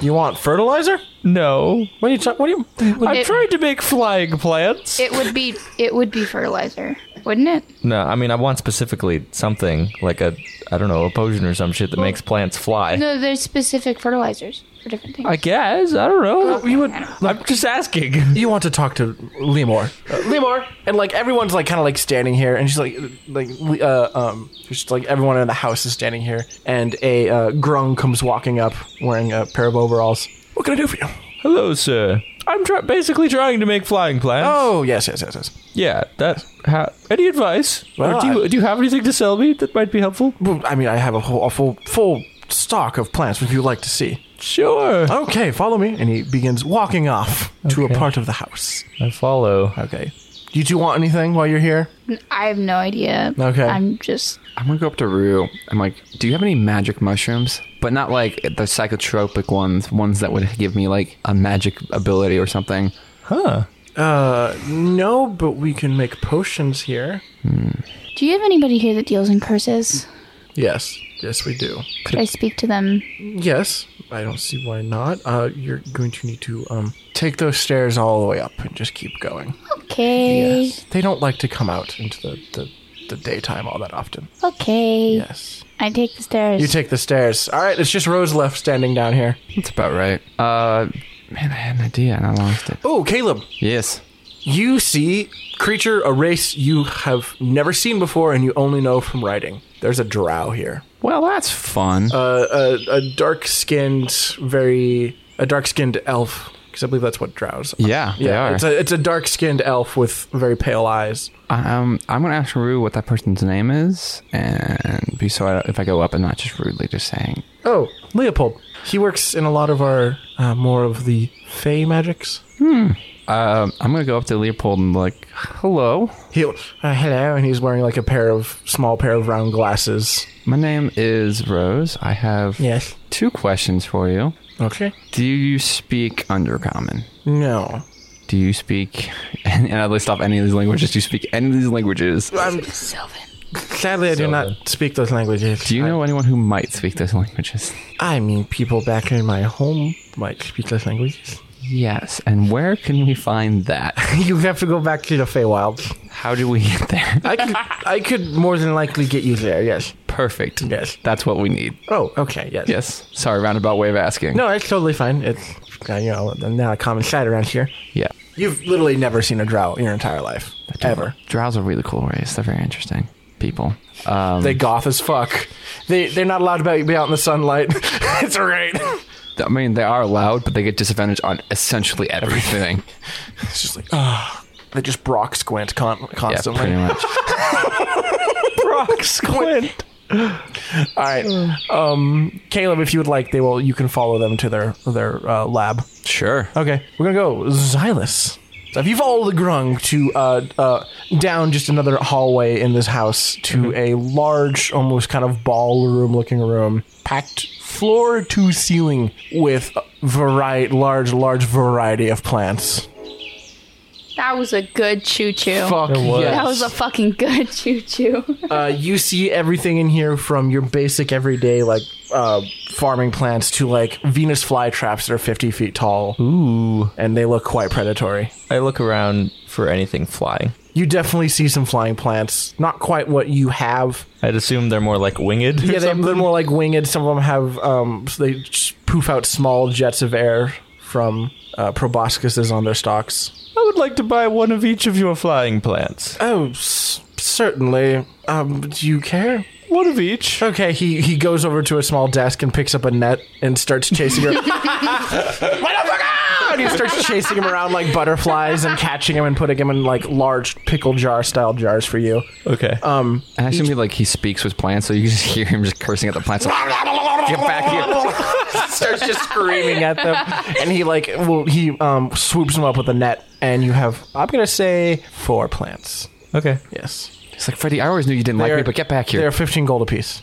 [SPEAKER 4] You want fertilizer?
[SPEAKER 1] No.
[SPEAKER 4] What are you talking? What are you?
[SPEAKER 1] I'm
[SPEAKER 6] It-
[SPEAKER 1] trying to make flying plants.
[SPEAKER 6] it would be it would be fertilizer, wouldn't it?
[SPEAKER 1] no, I mean I want specifically something like a I don't know, a potion or some shit that makes plants fly.
[SPEAKER 6] No, there's specific fertilizers for different things.
[SPEAKER 1] I guess. I don't know. You would I'm just asking.
[SPEAKER 4] you want to talk to Lemur. Uh, Lemur, and like everyone's like kind of like standing here, and she's like, like, uh, um, just like everyone in the house is standing here, and a uh, grung comes walking up wearing a pair of overalls. What can I do for you?
[SPEAKER 1] Hello, sir. I'm try- basically trying to make flying plants.
[SPEAKER 4] Oh yes, yes, yes, yes.
[SPEAKER 1] Yeah, that. Ha- any advice?
[SPEAKER 4] Well,
[SPEAKER 1] or do
[SPEAKER 4] I-
[SPEAKER 1] you do you have anything to sell me that might be helpful?
[SPEAKER 4] Well, I mean, I have a whole, a full, full stock of plants. Would you like to see?
[SPEAKER 1] Sure.
[SPEAKER 4] Okay, follow me, and he begins walking off to a
[SPEAKER 1] Okay.
[SPEAKER 4] part of the house.
[SPEAKER 1] I follow.
[SPEAKER 4] Okay. Do you two want anything while you're here?
[SPEAKER 6] I have no idea.
[SPEAKER 4] Okay.
[SPEAKER 6] I'm just
[SPEAKER 2] I'm going to go up to Rue. I'm like, do you have any magic mushrooms? But not like the psychotropic ones, ones that would give me like a magic ability or something.
[SPEAKER 4] Uh, no, but we can make potions here.
[SPEAKER 6] Do you have anybody here that deals in curses?
[SPEAKER 4] Yes, yes, we do.
[SPEAKER 6] Could I speak to them?
[SPEAKER 4] Yes, I don't see why not. Uh, you're going to need to um take those stairs all the way up and just keep going.
[SPEAKER 6] Okay.
[SPEAKER 4] They don't like to come out into the the, the daytime all that often.
[SPEAKER 6] Okay.
[SPEAKER 4] Yes.
[SPEAKER 6] I take the stairs.
[SPEAKER 4] You take the stairs. All right, it's just Rose left standing down here.
[SPEAKER 2] That's about right. Uh, man, I had an idea and I lost it.
[SPEAKER 4] Oh, Caleb,
[SPEAKER 2] Yes.
[SPEAKER 4] you see creature a race you have never seen before and you only know from writing. There's a drow here.
[SPEAKER 2] Well, that's fun.
[SPEAKER 4] Uh, a, a dark-skinned, very a dark-skinned elf because I believe that's what drows. Are.
[SPEAKER 2] yeah, they are.
[SPEAKER 4] it's a it's a dark-skinned elf with very pale eyes.
[SPEAKER 2] um, I'm gonna ask Rue what that person's name is, and be so I, if I go up and not just rudely just saying,
[SPEAKER 4] Oh, Leopold. He works in a lot of our uh, more of the fey magics.
[SPEAKER 2] um, I'm gonna go up to Leopold and be like, hello,
[SPEAKER 4] He uh, hello, and he's wearing like a pair of small pair of round glasses.
[SPEAKER 2] my name is Rose. I have
[SPEAKER 4] Yes.
[SPEAKER 2] two questions for you.
[SPEAKER 4] Okay.
[SPEAKER 2] Do you speak Undercommon?
[SPEAKER 4] No.
[SPEAKER 2] Do you speak? And, and I list off any of these languages. Do you speak any of these languages?
[SPEAKER 4] Sadly, I do not speak those languages.
[SPEAKER 2] Do you know anyone who might speak those languages?
[SPEAKER 4] I mean, people back in my home might speak those languages.
[SPEAKER 2] Yes. And where can we find that?
[SPEAKER 4] you have to go back to the Feywilds.
[SPEAKER 2] How do we get there?
[SPEAKER 4] I could, I could more than likely get you there. Yes.
[SPEAKER 2] Perfect.
[SPEAKER 4] Yes.
[SPEAKER 2] That's what we need.
[SPEAKER 4] Oh, okay. Yes.
[SPEAKER 2] Yes. Sorry, roundabout way of asking.
[SPEAKER 4] No, it's totally fine. It's uh, you know not a common sight around here.
[SPEAKER 2] Yeah.
[SPEAKER 4] You've literally never seen a drow in your entire life, ever.
[SPEAKER 2] Drows are really cool race. They're very interesting people. Um,
[SPEAKER 4] They goth as fuck. They they're not allowed to be out in the sunlight. it's great.
[SPEAKER 2] I mean, they are loud, but they get disadvantage on essentially everything.
[SPEAKER 4] It's just like ah. They just Brock squint con-
[SPEAKER 2] yeah,
[SPEAKER 4] constantly.
[SPEAKER 2] pretty much.
[SPEAKER 4] Brock squint. All right, um, Caleb, if you would like, they will. You can follow them to their their uh, lab.
[SPEAKER 2] Sure.
[SPEAKER 4] Okay, we're gonna go Xylus. So if you follow the grung to uh, uh, down just another hallway in this house to a large, almost kind of ballroom looking room, packed floor to ceiling with a variety, large, large variety of plants.
[SPEAKER 3] That was a good choo choo.
[SPEAKER 4] Fuck yes.
[SPEAKER 3] That was a fucking good choo choo.
[SPEAKER 4] uh, you see everything in here from your basic everyday like uh, farming plants to like Venus flytraps that are 50 feet tall.
[SPEAKER 1] Ooh.
[SPEAKER 4] And they look quite predatory.
[SPEAKER 1] I look around for anything flying.
[SPEAKER 4] You definitely see some flying plants. Not quite what you have.
[SPEAKER 1] I'd assume they're more like winged. or
[SPEAKER 4] Yeah, they,
[SPEAKER 1] something.
[SPEAKER 4] they're more like winged. Some of them have, um, so they s- poof out small jets of air from uh, proboscises on their stalks.
[SPEAKER 1] I would like to buy one of each of your flying plants.
[SPEAKER 4] Oh, s- certainly. Um, do you care?
[SPEAKER 1] One of each.
[SPEAKER 4] Okay, he, he goes over to a small desk and picks up a net and starts chasing her. Motherfucker! And he starts chasing him around like butterflies and catching him and putting him in like large pickle jar style jars for you.
[SPEAKER 1] Okay.
[SPEAKER 4] Um,
[SPEAKER 2] And I assume he, like he speaks with plants, so you just hear him just cursing at the plants. Like, Get back here!
[SPEAKER 4] starts just screaming at them, and he like well he um swoops them up with a net, and you have I'm gonna say four plants.
[SPEAKER 1] okay.
[SPEAKER 4] Yes,
[SPEAKER 2] It's like Freddy. I always knew you didn't like me, but get back
[SPEAKER 4] They're
[SPEAKER 2] here.
[SPEAKER 4] 15 gold apiece.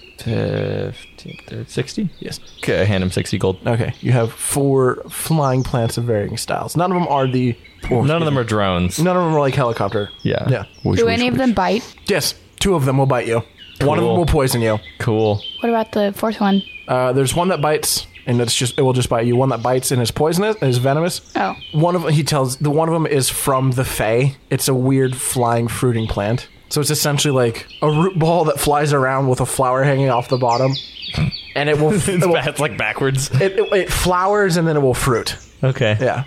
[SPEAKER 1] 15, 30, 60?
[SPEAKER 4] Yes.
[SPEAKER 1] Okay, I hand him 60 gold.
[SPEAKER 4] Okay, you have four flying plants of varying styles. None of them are the
[SPEAKER 1] None of them are drones.
[SPEAKER 4] none of them are like helicopter.
[SPEAKER 1] Yeah.
[SPEAKER 4] Yeah.
[SPEAKER 2] Whoosh,
[SPEAKER 3] Do
[SPEAKER 2] whoosh,
[SPEAKER 3] any of
[SPEAKER 2] whoosh.
[SPEAKER 3] them bite?
[SPEAKER 4] Yes, two of them will bite you. One of them
[SPEAKER 1] Cool.
[SPEAKER 4] will poison you.
[SPEAKER 1] Cool.
[SPEAKER 6] what about the fourth one?
[SPEAKER 4] Uh, there's one that bites, and it's just it will just bite you. One that bites and is poisonous, and is venomous.
[SPEAKER 6] Oh.
[SPEAKER 4] One of he tells the one of them is from the Fey. It's a weird flying fruiting plant. So it's essentially like a root ball that flies around with a flower hanging off the bottom, and it will it,
[SPEAKER 1] It's,
[SPEAKER 4] will-
[SPEAKER 1] ba- it's like backwards.
[SPEAKER 4] it, it, it flowers and then it will fruit.
[SPEAKER 1] Okay.
[SPEAKER 4] Yeah.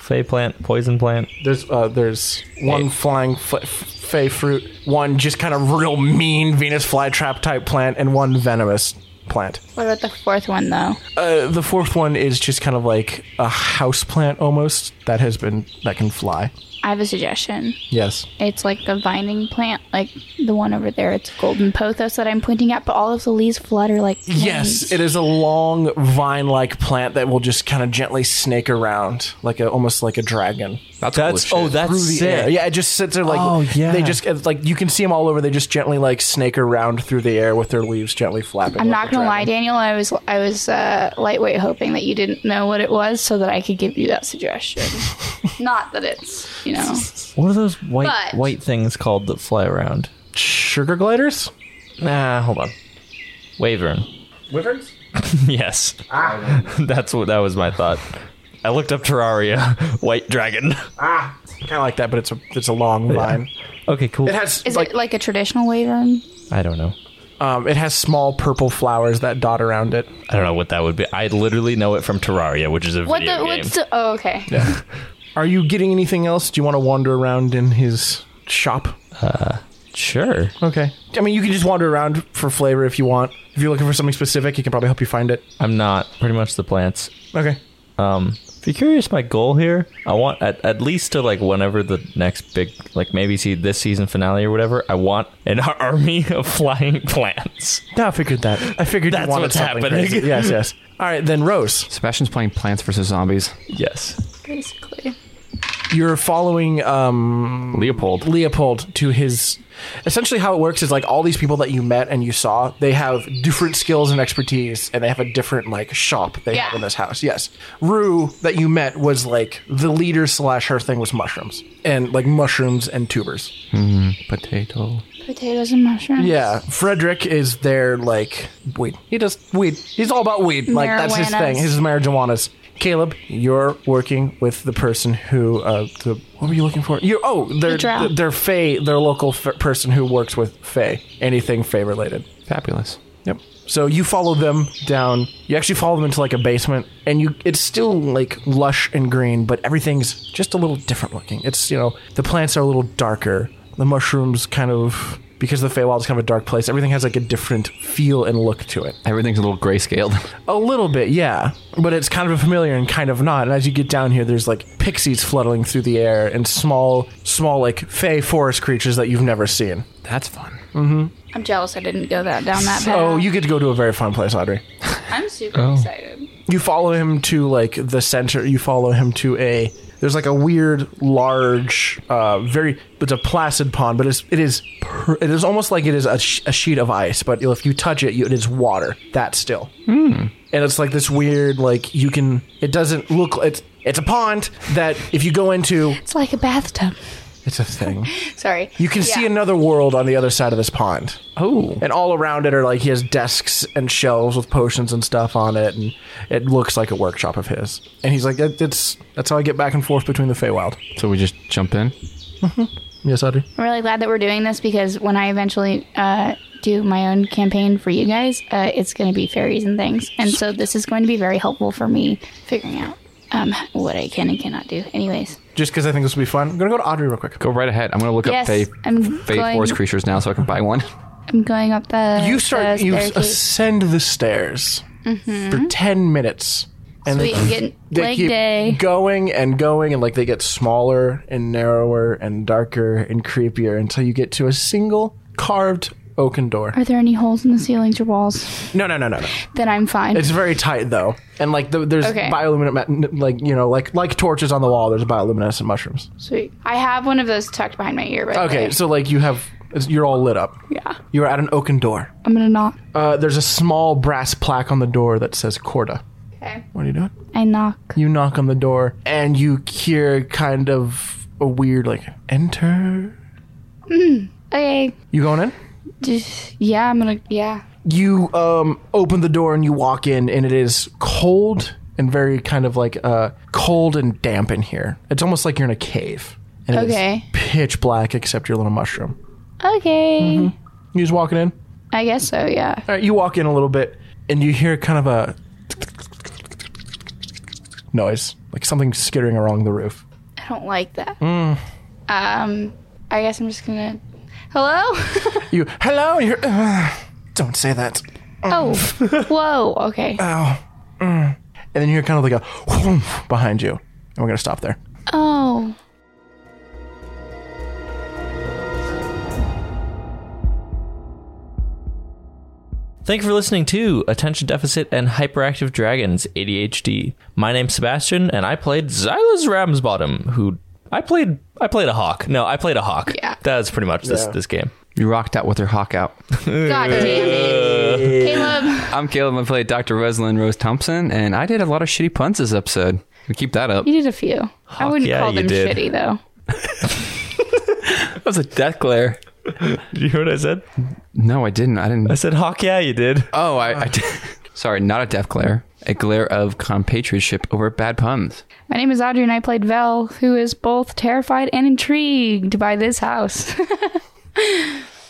[SPEAKER 1] Fey plant, poison plant.
[SPEAKER 4] There's uh, there's one flying fl- f- Fey fruit, one just kind of real mean Venus flytrap type plant, and one venomous plant.
[SPEAKER 6] What about the fourth one though?
[SPEAKER 4] Uh, the fourth one is just kind of like a house plant almost that has been that can fly.
[SPEAKER 6] I have a suggestion.
[SPEAKER 4] Yes.
[SPEAKER 6] It's like the vining plant, like the one over there. It's golden pothos that I'm pointing at, but all of the leaves flutter like
[SPEAKER 4] Yes, it is a long vine-like plant that will just kind of gently snake around like a almost like a dragon.
[SPEAKER 2] That's,
[SPEAKER 1] That's,
[SPEAKER 2] cool
[SPEAKER 1] oh,
[SPEAKER 2] as shit.
[SPEAKER 1] that's
[SPEAKER 4] Through the air.
[SPEAKER 1] sick.
[SPEAKER 4] Yeah, it just sits there like
[SPEAKER 1] Oh, yeah.
[SPEAKER 4] they just it's like you can see them all over. They just gently like snake around through the air with their leaves gently flapping.
[SPEAKER 6] I'm
[SPEAKER 4] like
[SPEAKER 6] not
[SPEAKER 4] a
[SPEAKER 6] gonna lie,
[SPEAKER 4] dragon.
[SPEAKER 6] Daniel. I was I was uh, lightweight hoping that you didn't know what it was, so that I could give you that suggestion. Not that it's you know
[SPEAKER 1] What are those white
[SPEAKER 6] But-
[SPEAKER 1] white things called that fly around?
[SPEAKER 4] Sugar gliders?
[SPEAKER 1] Nah, hold on. Wavern.
[SPEAKER 4] Wyverns? Ah.
[SPEAKER 1] Yes. That's what that was my thought. I looked up Terraria, White Dragon.
[SPEAKER 4] Ah, kind of like that, but it's a it's a long line.
[SPEAKER 1] Okay, cool.
[SPEAKER 4] It has
[SPEAKER 3] Is
[SPEAKER 4] like
[SPEAKER 3] it like a traditional wyvern?
[SPEAKER 1] I don't know.
[SPEAKER 4] um, it has small purple flowers that dot around it.
[SPEAKER 1] I don't know what that would be. I literally know it from Terraria, which is a
[SPEAKER 3] What
[SPEAKER 1] video
[SPEAKER 3] the?
[SPEAKER 1] game.
[SPEAKER 3] What's the? Oh, okay.
[SPEAKER 4] Are you getting anything else? Do you want to wander around in his shop?
[SPEAKER 1] sure.
[SPEAKER 4] Okay. I mean, you can just wander around for flavor if you want. If you're looking for something specific, he can probably help you find it.
[SPEAKER 1] I'm not. Pretty much the plants.
[SPEAKER 4] Okay.
[SPEAKER 1] Um, if you're curious, my goal here, I want at, at least to like whenever the next big, like maybe see this season finale or whatever, I want an army of flying plants.
[SPEAKER 4] Yeah, I figured that. I figured
[SPEAKER 1] That's
[SPEAKER 4] you wanted
[SPEAKER 1] what's
[SPEAKER 4] something
[SPEAKER 1] happening.
[SPEAKER 4] crazy. Yes, yes. All right, then Rose,
[SPEAKER 2] Sebastian's playing Plants vs. Zombies.
[SPEAKER 1] Yes.
[SPEAKER 3] Basically,
[SPEAKER 4] you're following um,
[SPEAKER 2] Leopold.
[SPEAKER 4] Leopold to his. Essentially, how it works is like all these people that you met and you saw, they have different skills and expertise, and they have a different like shop they have
[SPEAKER 3] Yeah.
[SPEAKER 4] in this house. Yes, Rue that you met was like the leader slash her thing was mushrooms and like mushrooms and tubers.
[SPEAKER 2] Potato.
[SPEAKER 6] Potatoes and mushrooms.
[SPEAKER 4] Yeah, Frederick is there like weed. He does weed. He's all about weed. Like that's his
[SPEAKER 3] Marijuanas.
[SPEAKER 4] thing. His marijuana's. Caleb, you're working with the person who uh the what were you looking for? You oh, they're
[SPEAKER 3] drow.
[SPEAKER 4] they're Fey, their local f- person who works with Fey. Anything Fey related.
[SPEAKER 2] Fabulous.
[SPEAKER 4] Yep. So you follow them down. You actually follow them into like a basement, and you it's still like lush and green, but everything's just a little different looking. It's you know the plants are a little darker. The mushrooms kind of because the Feywild is kind of a dark place. Everything has like a different feel and look to it.
[SPEAKER 2] Everything's a little grayscaled.
[SPEAKER 4] A little bit, yeah, but it's kind of familiar and kind of not. And as you get down here, there's like pixies fluttering through the air and small, small like Fey forest creatures that you've never seen.
[SPEAKER 2] That's fun.
[SPEAKER 3] I'm jealous. I didn't go that down that path.
[SPEAKER 4] So you get to go to a very fun place, Audrey.
[SPEAKER 3] I'm super
[SPEAKER 1] Oh.
[SPEAKER 3] excited.
[SPEAKER 4] you follow him to like the center you follow him to a there's like a weird large uh very it's a placid pond but it's it is per, it is almost like it is a, sh- a sheet of ice but if you touch it you, it is water that still and it's like this weird like you can it doesn't look it's it's a pond that if you go into
[SPEAKER 6] It's like a bathtub.
[SPEAKER 4] it's a thing
[SPEAKER 3] Sorry.
[SPEAKER 4] you can see another world on the other side of this pond
[SPEAKER 2] Oh.
[SPEAKER 4] and all around it are like he has desks and shelves with potions and stuff on it, and it looks like a workshop of his. And he's like, that, "That's that's how I get back and forth between the Feywild."
[SPEAKER 2] So we just jump in.
[SPEAKER 4] Yes, Audrey.
[SPEAKER 3] I'm really glad that we're doing this because when I eventually uh, do my own campaign for you guys, uh, it's going to be fairies and things, and so this is going to be very helpful for me figuring out um, what I can and cannot do. Anyways,
[SPEAKER 4] Just because I think this will be fun, I'm gonna go to Audrey real quick.
[SPEAKER 2] Go right ahead. I'm going to look
[SPEAKER 3] Yes,
[SPEAKER 2] up Fae,
[SPEAKER 3] I'm
[SPEAKER 2] Fae
[SPEAKER 3] going-
[SPEAKER 2] Forest creatures now so I can buy one.
[SPEAKER 3] I'm going up the.
[SPEAKER 4] You start.
[SPEAKER 3] the
[SPEAKER 4] You uh,
[SPEAKER 3] staircase. Mm-hmm.
[SPEAKER 4] ascend the stairs for ten minutes, and
[SPEAKER 3] Sweet,
[SPEAKER 4] they,
[SPEAKER 3] getting
[SPEAKER 4] they
[SPEAKER 3] leg
[SPEAKER 4] keep
[SPEAKER 3] day.
[SPEAKER 4] going and going, and like they get smaller and narrower and darker and creepier until you get to a single carved oaken door.
[SPEAKER 3] Are there any holes in the ceilings or walls?
[SPEAKER 4] No, no, no, no, no.
[SPEAKER 3] Then I'm fine.
[SPEAKER 4] It's very tight though, and like the, there's
[SPEAKER 3] Okay.
[SPEAKER 4] bioluminescent, like you know, like like torches on the wall. There's bioluminescent mushrooms.
[SPEAKER 3] Sweet. I have one of those tucked behind my ear. But
[SPEAKER 4] Okay, so like you have, it's- you're all lit up.
[SPEAKER 3] yeah,
[SPEAKER 4] You're at an oaken door.
[SPEAKER 3] I'm gonna knock.
[SPEAKER 4] Uh, there's a small brass plaque on the door that says Corda.
[SPEAKER 3] Okay.
[SPEAKER 4] What are you doing?
[SPEAKER 3] I knock.
[SPEAKER 4] You knock on the door, and you hear kind of a weird like enter.
[SPEAKER 3] Okay.
[SPEAKER 4] You going in?
[SPEAKER 3] Just yeah. I'm gonna yeah.
[SPEAKER 4] you um, open the door and you walk in, and it is cold and very kind of like uh, cold and damp in here. It's almost like you're in a cave. And it is
[SPEAKER 3] Okay.
[SPEAKER 4] pitch black except your little mushroom.
[SPEAKER 3] Okay.
[SPEAKER 4] Mm-hmm. You just walking in.
[SPEAKER 3] I guess so. Yeah.
[SPEAKER 4] All right, you walk in a little bit, and you hear kind of a noise, like something skittering along the roof.
[SPEAKER 3] I don't like that.
[SPEAKER 4] Hmm.
[SPEAKER 3] Um. I guess I'm just gonna. Hello.
[SPEAKER 4] You hello. You're don't say that.
[SPEAKER 3] oh. Whoa. Okay.
[SPEAKER 4] Uh. And then you hear kind of like a behind you, and we're gonna stop there.
[SPEAKER 3] Oh.
[SPEAKER 1] Thank you for listening to Attention Deficit and Hyperactive Dragons ADHD. My name's Sebastian, and I played Xylas Ramsbottom, who I played. I played a hawk. No, I played a hawk.
[SPEAKER 3] Yeah.
[SPEAKER 1] that's pretty much this
[SPEAKER 4] Yeah.
[SPEAKER 1] this game.
[SPEAKER 2] You rocked out with your hawk out.
[SPEAKER 3] God damn it, Caleb.
[SPEAKER 2] I'm Caleb. I played Dr. Rosalind Rose Thompson, and I did a lot of shitty puns this episode. We keep that up.
[SPEAKER 3] You did a few. I wouldn't
[SPEAKER 1] yeah,
[SPEAKER 3] call
[SPEAKER 1] you
[SPEAKER 3] them
[SPEAKER 1] did.
[SPEAKER 3] shitty though.
[SPEAKER 2] That was a death glare.
[SPEAKER 1] Did you hear what I said?
[SPEAKER 2] No, I didn't. I didn't.
[SPEAKER 1] I said hawk. Yeah, you did.
[SPEAKER 2] Oh, I. I did. Sorry, not a death glare. a glare of compatriotship over bad puns.
[SPEAKER 3] My name is Audrey, and I played Vel, who is both terrified and intrigued by this house.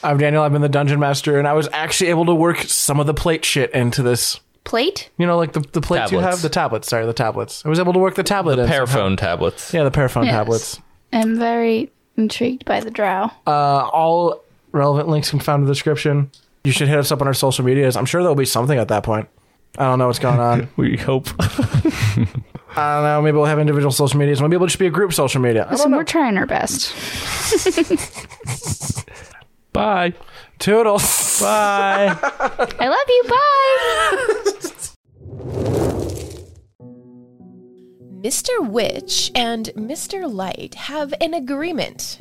[SPEAKER 4] I'm Daniel. I've been the dungeon master, and I was actually able to work some of the plate shit into this.
[SPEAKER 6] Plate?
[SPEAKER 4] You know, like the, the plates you
[SPEAKER 1] Tablets.
[SPEAKER 4] have, the tablets. Sorry, the tablets. I was able to work the tablet. in.
[SPEAKER 1] Paraphone tablets.
[SPEAKER 4] yeah, the paraphone
[SPEAKER 3] Yes.
[SPEAKER 4] tablets.
[SPEAKER 3] I'm very intrigued by the drow.
[SPEAKER 4] Uh, all relevant links can be found in the description. You should hit us up on our social medias. I'm sure there'll be something at that point. I don't know what's going on.
[SPEAKER 1] We hope.
[SPEAKER 4] I don't know. Maybe we'll have individual social medias. Maybe it'll just be a group social media. I
[SPEAKER 3] Listen,
[SPEAKER 4] don't know.
[SPEAKER 3] we're trying our best.
[SPEAKER 1] Bye.
[SPEAKER 4] Toodles. Bye.
[SPEAKER 6] I love you. Bye.
[SPEAKER 8] Mr. Witch and Mr. Light have an agreement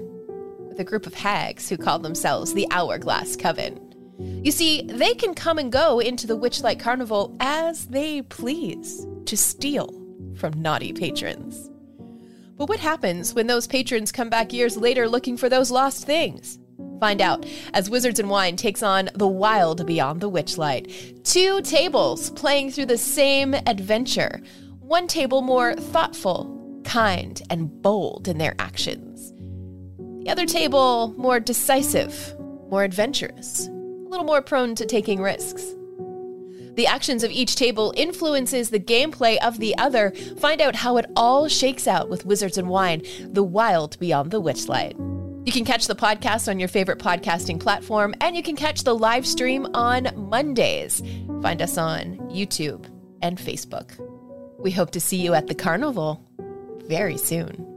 [SPEAKER 8] with a group of hags who call themselves the Hourglass Coven. You see, they can come and go into the Witchlight Carnival as they please to steal from naughty patrons. But what happens when those patrons come back years later looking for those lost things? Find out as Wizards and Wine takes on The Wild Beyond the Witchlight. Two tables playing through the same adventure, one table more thoughtful, kind, and bold in their actions. The other table more decisive, more adventurous, a little more prone to taking risks. The actions of each table influences the gameplay of the other. Find out how it all shakes out with Wizards and Wine, The Wild Beyond the Witchlight. You can catch the podcast on your favorite podcasting platform, and you can catch the live stream on Mondays. Find us on YouTube and Facebook. We hope to see you at the carnival very soon.